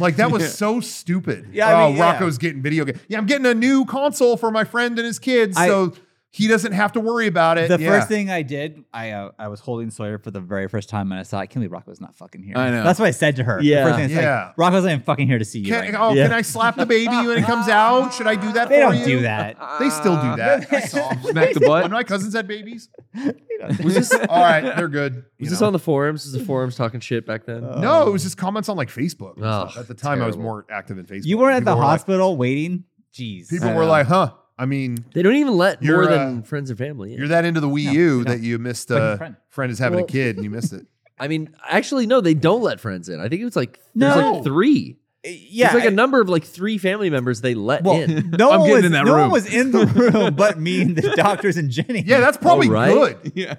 like that was
Yeah.
so stupid
Yeah, I
oh
mean, yeah.
Rocco's getting video game yeah I'm getting a new console for my friend and his kids
I-
so he doesn't have to worry about it
The
Uh, Yeah.
first thing I did, I uh, I was holding Sawyer for the very first time, and I saw I can't believe Rocco's not fucking here.
I know.
That's what I said to her. The
Yeah.
first thing I said,
Yeah.
Rocco's not even fucking here to see you.
can,
right now."
oh
Yeah.
can I slap the baby when it
*laughs*
comes out should I do that
They
for
don't
you?
do that.
they still do that I saw 'em.
*laughs* Smack
*laughs*
the
when
butt.
my cousins had
*laughs*
babies
It
was this all right they're good you
Was this
know. Uh,
on the forums? Was the forums talking shit back then?
no, it was just comments on like Facebook. and
Oh,
stuff. At the time, I was
terrible.
more active in Facebook.
You weren't at the
People were like,
hospital waiting. Jeez. Uh,
People
I
were
know.
like, "Huh." I mean,
They don't even let
You're,
more
uh,
than friends and family. In.
you're that into the Wii
No,
U
we
that
don't.
you missed.
Fucking
Uh, friend.
friend.
is having
Well-
a kid and you
*laughs*
missed it.
I mean, actually, no, they don't let friends in. I think it was like there's
No.
like three.
yeah.
There's like a number of like three family members they let
well, *laughs*
in. *laughs*
no
I'm
one
getting
was
in that
no one
room.
was in the room but me
*laughs*
and the doctors and Jenny.
Yeah,
*laughs*
that's probably
right.
good.
Yeah.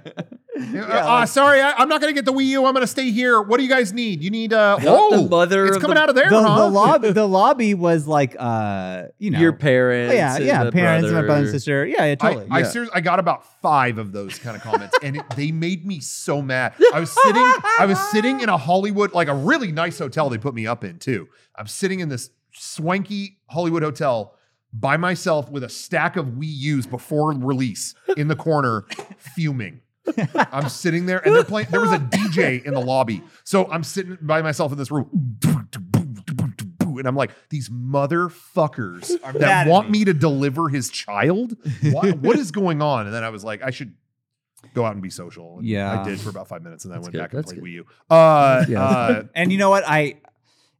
Uh, uh, sorry, I, I'm not going to get the Wii U. I'm going to stay here. What do you guys need? You need uh,
Help
oh,
the mother
It's
of
coming
the-
out of there,
the,
huh?
the lobby. The lobby was like, uh, you know, Oh,
Your parents,
yeah,
and
yeah,
the
parents, and my brother and
brother.
sister. Yeah, yeah,
I,
totally.
I,
yeah.
seriously, I got about five of those kind of comments, and it, they made me so mad. I was sitting, I was sitting in a Hollywood, like a really nice hotel they put me up in too. I'm sitting in this swanky Hollywood hotel by myself with a stack of Wii U's before release in the corner, fuming. I'm sitting there and they're playing. There
*laughs*
was a DJ in the lobby. So I'm sitting by myself in this room. And I'm like, these
*laughs*
motherfuckers
Are mad
that
at
want
me.
me to deliver his child? Why, what is going on? And then I was like, I should go out and be social. And
Yeah.
I did for about five minutes and then I
That's
went
good.
back and
That's
played
good.
Wii U. Uh,
*laughs* Yeah.
uh,
And you know what? I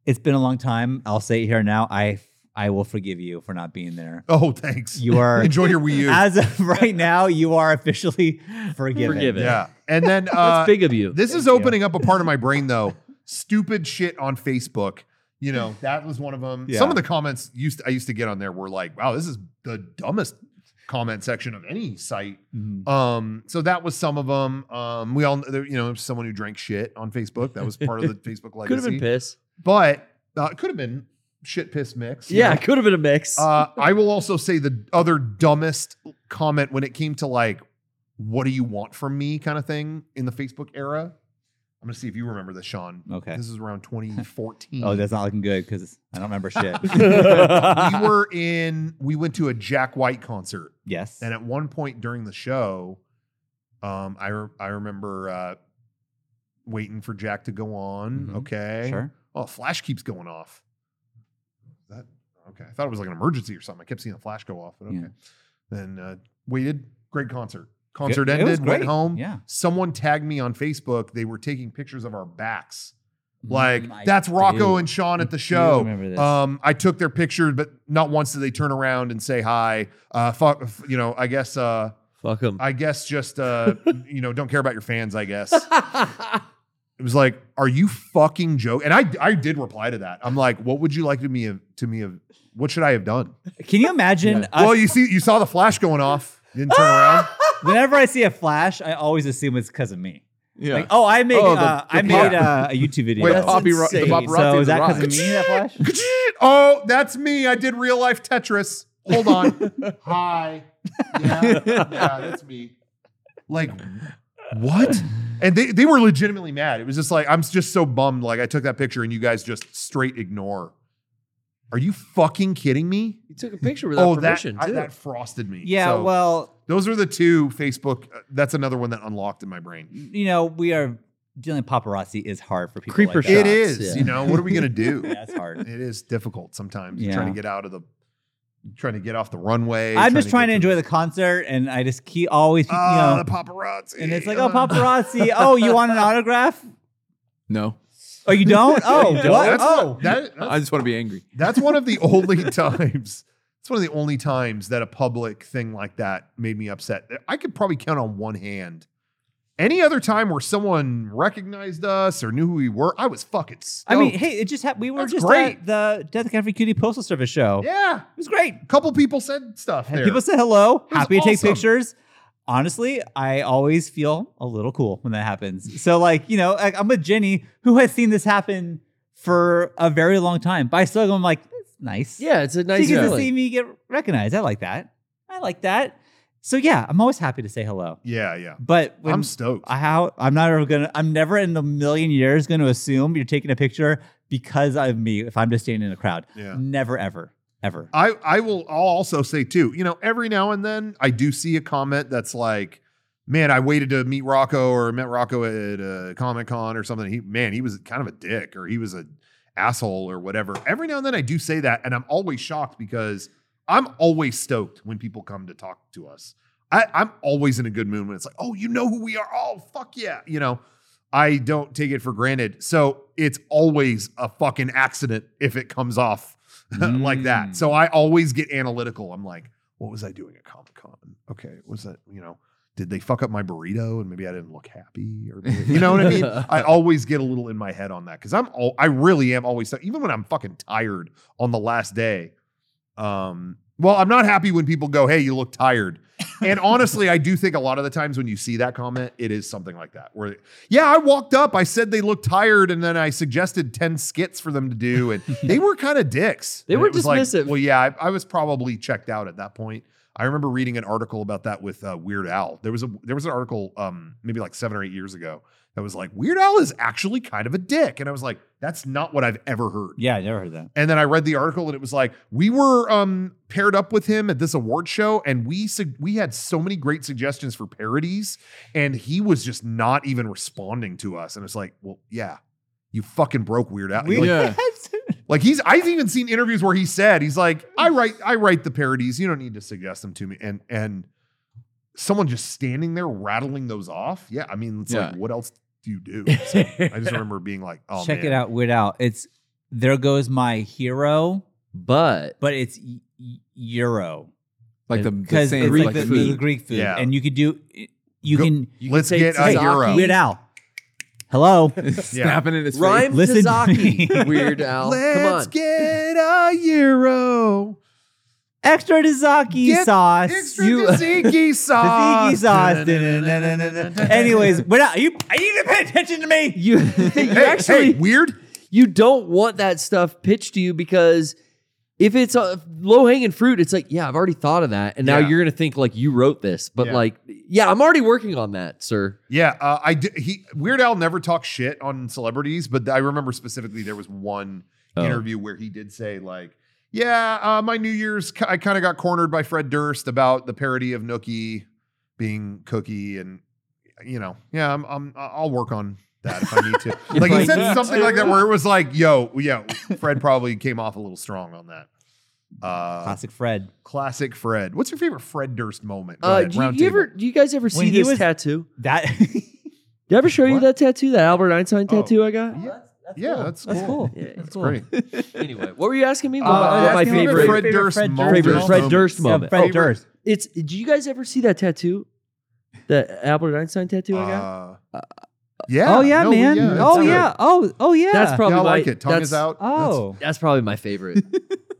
it's been a long time. I'll say it here now. I I will forgive you for not being there.
oh, thanks.
You are
*laughs* Enjoy your Wii
*laughs*
U.
as of right now, you are officially forgiven.
Forgiven.
yeah. And then uh,
That's big of you.
This is
Thank you.
opening up a part of my brain
*laughs*
though. Stupid shit on Facebook. You know, that was one of them.
Yeah.
Some of the comments used I used to get on there were like, "Wow, this is the dumbest comment section of any site."
Mhm.
Um, so that was some of them. Um, we all, there, you know, someone who drank shit on Facebook. That was part
*laughs*
of the Facebook legacy.
Could have been piss.
but uh, it could have been shit piss mix. you
Yeah,
know?
could have been a mix.
Uh, I will also say the other dumbest comment when it came to like, what do you want from me kind of thing in the Facebook era. I'm going to see if you remember this, Sean.
Okay.
This is around 2014.
*laughs* Oh, that's not looking good because I don't remember
*laughs*
shit. *laughs*
we were in, we went to a Jack White concert.
yes.
And at one point during the show, um, I, re- I remember uh, waiting for Jack to go on.
Mhm.
Okay.
Sure.
Oh, flash keeps going off. That okay? I thought it was like an emergency or something. I kept seeing the flash go off, but okay.
Yeah.
Then uh, waited. Great concert. Concert
It- it was
ended. Went
great.
home.
Yeah.
Someone tagged me on Facebook. They were taking pictures of our backs. Like
Mm, I
that's Rocco
do.
and Sean at
I
the
do
show.
remember this.
Um, I took their picture, but not once did they turn around and say hi. Uh, fuck, f- you know. I guess. Uh,
Fuck him.
I guess just. Uh, you know, don't care about your fans. I guess. It was like, "Are you fucking joke?" And I, I did reply to that. I'm like, "What would you like to me have, to me have, what should I have done?"
Can you imagine? us-
well, you see, you saw the flash going off, didn't turn around.
whenever I see a flash, I always assume it's because of me.
Yeah.
Like, oh, I made,
Oh, the-
uh,
the
I made uh, a YouTube video.
Wait, the
That's
poppy, ro- the
insane.
paparazzi
so
the
is that
rock.
because of me? That flash?
*laughs*
*laughs* oh, that's me. I did real life Tetris. Hold on. *laughs* Hi. Yeah, yeah, that's me. Like, what? And they, they were legitimately mad. It was just like, I'm just so bummed. Like, I took that picture and you guys just straight ignore. Are you fucking kidding me?
you took a picture without
oh,
permission,
that, I-
too.
that frosted me.
Yeah.
So,
well,
those are the two Facebook. Uh, that's another one that unlocked in my brain.
you know, we are dealing with paparazzi is hard for people.
Creeper
like
shots.
that.
it is.
yeah.
You know what are
*laughs*
we gonna do?
Yeah, it's
*laughs*
hard.
It is difficult sometimes.
Yeah.
Trying to get out of the, trying to get off the runway.
I'm just trying to
get
enjoy the concert, and I just keep always, keep,
Oh,
you know,
the paparazzi.
and it's like,
uh, *laughs*
oh, paparazzi. oh, you want an autograph?
no,
Oh, you don't?
*laughs*
Oh,
You don't?
what?
That's,
oh,
that- that's,
I just want to be angry.
that's one of the only *laughs* times. It's one of the only times that a public thing like that made me upset. I could probably count on one hand. Any other time where someone recognized us or knew who we were, I was fucking. Stoked.
I mean, hey, it just happened. We were
That's
just
great.
at the Death Cab for Cutie Postal Service show.
yeah,
It was great.
a couple people said stuff
And
there.
people said hello.
was
Happy to take
awesome.
pictures. Honestly, I always feel a little cool when that happens. So, like, you know, like I'm with Jenny, who has seen this happen for a very long time. But I still, I'm like, that's nice.
yeah, it's a
she
nice
gets to
feeling.
see me get recognized. I like that. I like that. So yeah, I'm always happy to say hello.
yeah, yeah.
But when
I'm stoked.
I how I'm not ever gonna I'm never in a million years gonna assume you're taking a picture because of me if I'm just standing in a crowd.
Yeah.
Never ever. Ever.
I, I will I'll also say too, you know, every now and then I do see a comment that's like, man, I waited to meet Rocco or met Rocco at uh, Comic Con or something. He, man, he was kind of a dick or he was a asshole or whatever. Every now and then I do say that. And I'm always shocked because I'm always stoked when people come to talk to us. I, I'm always in a good mood when it's like, oh, you know who we are. Oh, fuck yeah. You know, I don't take it for granted. So it's always a fucking accident if it comes off *laughs* like that.
Mm.
So I always get analytical. I'm like, what was I doing at Comic Con? Okay. Was that, you know, did they fuck up my burrito and maybe I didn't look happy or maybe- you know what I mean? I always get a little in my head on that because I'm all I really am always even when I'm fucking tired on the last day. Um, well, I'm not happy when people go, "Hey, you look tired," and honestly, I do think a lot of the times when you see that comment, it is something like that. Where, yeah, I walked up, I said they looked tired, and then I suggested ten skits for them to do,
*laughs*
and they were kind of dicks.
They
And
were
it was like,
dismissive.
well, yeah, I, I was probably checked out at that point. I remember reading an article about that with uh, Weird Al. There was a there was an article um, maybe like seven or eight years ago that was like, Weird Al is actually kind of a dick. And I was like, that's not what I've ever heard.
Yeah, I never heard that.
And then I read the article and it was like, we were um, paired up with him at this award show and we sug- we had so many great suggestions for parodies and he was just not even responding to us. And it's like, well, yeah, you fucking broke Weird Al.
We-
like,
Yeah.
like he's I've even seen interviews where he said, he's like, I write I write the parodies. You don't need to suggest them to me. And and someone just standing there rattling those off. Yeah, I mean, it's like,
Yeah.
what else do you do? So I just remember being like, *laughs* oh
Check
man.
it out, Weird Al. It's there goes my hero,
But
but it's y- y- euro
Like the, the
because
same
it's
Greek
like the, the
food.
Greek food,
Yeah.
and you could do you
Go- Oh.
can
you
Let's
can say
get a
tzatziki,
hero.
Weird Al. Hello.
*laughs* Snapping in his
Rhyme
Listen to
Tazaki.
me.
*laughs* Weird Al. Come on.
Let's get a euro.
Extra tzatziki
Get
sauce.
Extra
You- *laughs*
*laughs*
tzatziki sauce.
Tzatziki sauce. Anyways, we're not. You, are you even paying attention
*laughs*
to me? *laughs*
You, you
Hey,
actually
hey, weird.
you don't want that stuff pitched to you because if it's a low hanging fruit, it's like, yeah, I've already thought of that, and now
Yeah.
you're gonna think like you wrote this, but
Yeah.
like, yeah, I'm already working on that, sir.
Yeah, uh, I d- he Weird Al never talks shit on celebrities, but I remember specifically there was one
Oh.
interview where he did say like, "Yeah, uh, my New Year's ki- I kind of got cornered by Fred Durst about the parody of Nookie being Cookie, and you know, yeah, I'm, I'm I'll work on." That if I need
*laughs*
to, like he
Like,
said
yeah.
something like that, where it was like, "Yo, yo, Fred probably came off a little strong on that." Uh, classic,
Classic Fred.
Fred. What's your favorite Fred Durst moment? Go
Uh,
ahead,
do you,
round
you
table.
ever, do you guys ever see
he
this
was-
tattoo?
That.
Did I ever show you
What?
that tattoo, that Albert Einstein
Oh.
tattoo I got?
Yeah, yeah, that's cool.
That's cool. Yeah,
That's great.
anyway, what were you asking me?
Uh,
What- what my
asking me about
favorite,
Fred Durst moment.
favorite
Durst
Fred
moment.
Durst
Yeah,
moment.
Fred
Oh,
Durst.
it's. Do you guys ever see that tattoo? The Albert Einstein tattoo I got.
Uh, yeah.
oh yeah,
no, we-
man.
that's
oh
good.
yeah. Oh oh yeah.
That's probably
yeah, I
my-
like it. Tongue is
that's-
out.
Oh.
That's probably my favorite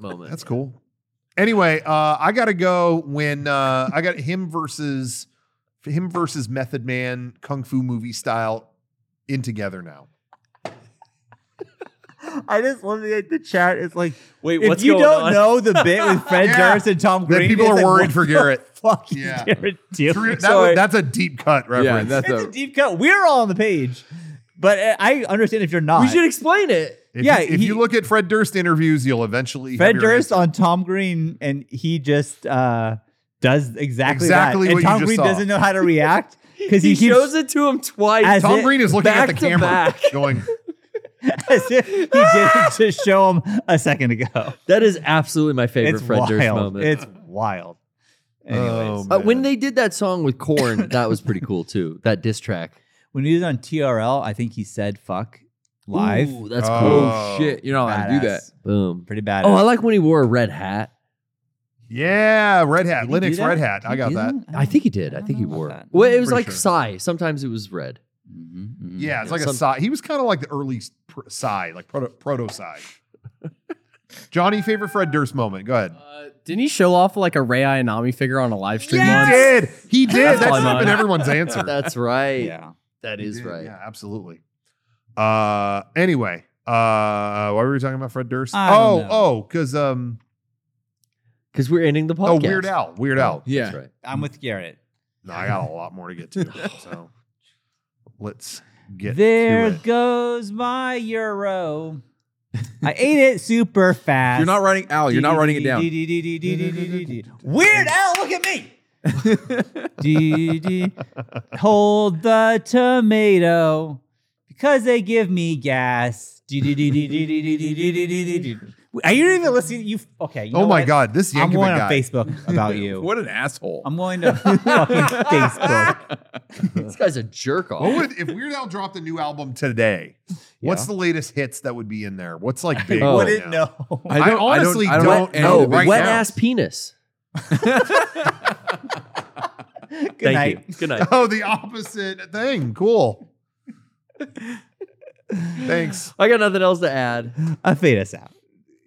moment.
that's, that's cool. Anyway, uh, I gotta go when uh, I got him versus him versus Method Man kung fu movie style in together
*laughs*
now.
I just love the, the chat. It's like
Wait,
if you don't know the bit *laughs* with Fred
Yeah.
Durst and Tom
That
Green,
people
it's
are
like,
worried
what
for
the
Garrett.
*laughs* Fuck,
Yeah.
Garrett Deal.
True- that
Sorry.
was- that's a deep cut
Yeah,
reference.
that's
it's a
a,
deep cut. We're all on the page, but uh, I understand if you're not.
We should explain it.
if
yeah,
you, if
he-
you look at Fred Durst interviews, you'll eventually have
Fred
your
Durst
answer.
on Tom Green, and he just uh, does exactly
Exactly
that.
what
and
you
Tom
just
Green
saw.
doesn't know how to *laughs* react because
He,
he, keeps,
shows it to him twice.
As-
Tom
it
Green is looking at
back
the
to
camera,
back.
*laughs* going,
as if he didn't just show him a second ago.
that is absolutely my favorite
It's
Fred
wild.
Durst moment.
It's wild. Anyways,
"Oh,
Uh, when
man."
they did that song with Korn, that was pretty cool too. That diss track
when he was on TRL, I think he said "fuck" live.
Ooh, that's cool.
Oh.
oh shit, you're not allowed to do that.
Badass.
Boom.
Pretty bad.
Oh, I like when he wore a red hat.
yeah, Red Hat,
Did he do
Linux
that?
Red Hat.
Did
I
he
got
do
that.
I think he did. I think he wore.
it.
Well, it was
Pretty
like
sure. mm-hmm.
Psy. Sometimes it was red.
Yeah, it's
Yeah,
like a
some-
side. He was kind of like the early pr- side, like proto proto
*laughs*
side. Johnny, favorite Fred Durst moment. Go ahead.
Uh, didn't he show off like a Ray Ayanami figure on a live stream?
He
once?
did. He did.
That's
That's
probably
not
mine.
been everyone's answer.
That's right.
Yeah.
That
He
is
did,
right.
Yeah, absolutely. Uh, anyway, uh, why were we talking about Fred Durst?
I don't
oh,
know.
oh, because um,
Because we're ending the
oh,
podcast.
Weird Al, Weird Al.
Yeah.
That's right.
I'm with Garrett.
No, I got a lot more to get to.
*laughs*
So let's get
there
to it.
goes my euro. *laughs* I ate it super fast.
You're not writing Al. Oh, You're not writing it down.
Weird Al, look at me. Dee, dee. Hold the tomato because they give me gas. Dee, dee, dee, dee, dee, dee, dee, dee, dee, dee, dee, dee. Are you even listening? You okay? You
oh
know
my
what?
God, this
I'm
Yankovic
going on
guy.
Facebook about you.
What an asshole.
I'm going to fucking Facebook.
This guy's a jerk off.
Oh, What would if Weird Al dropped a new album today? What's the latest hits that would be in there? What's like
*laughs*
big?
Oh.
right
Wouldn't
now?
know.
I honestly don't
and
know.
oh,
right
wet
now.
ass penis.
Good
Thank
night.
you. Good night.
*laughs* Oh, the opposite thing.
*laughs*
Cool. Thanks.
I got nothing else to add.
Uh, fade us out.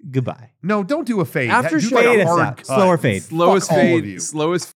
Goodbye.
No, don't do a fade.
After
do
Fade
like
Fade
a
us
hard
out.
cut.
Slower fade.
Slowest
Fuck all of
fade.
you.
Slowest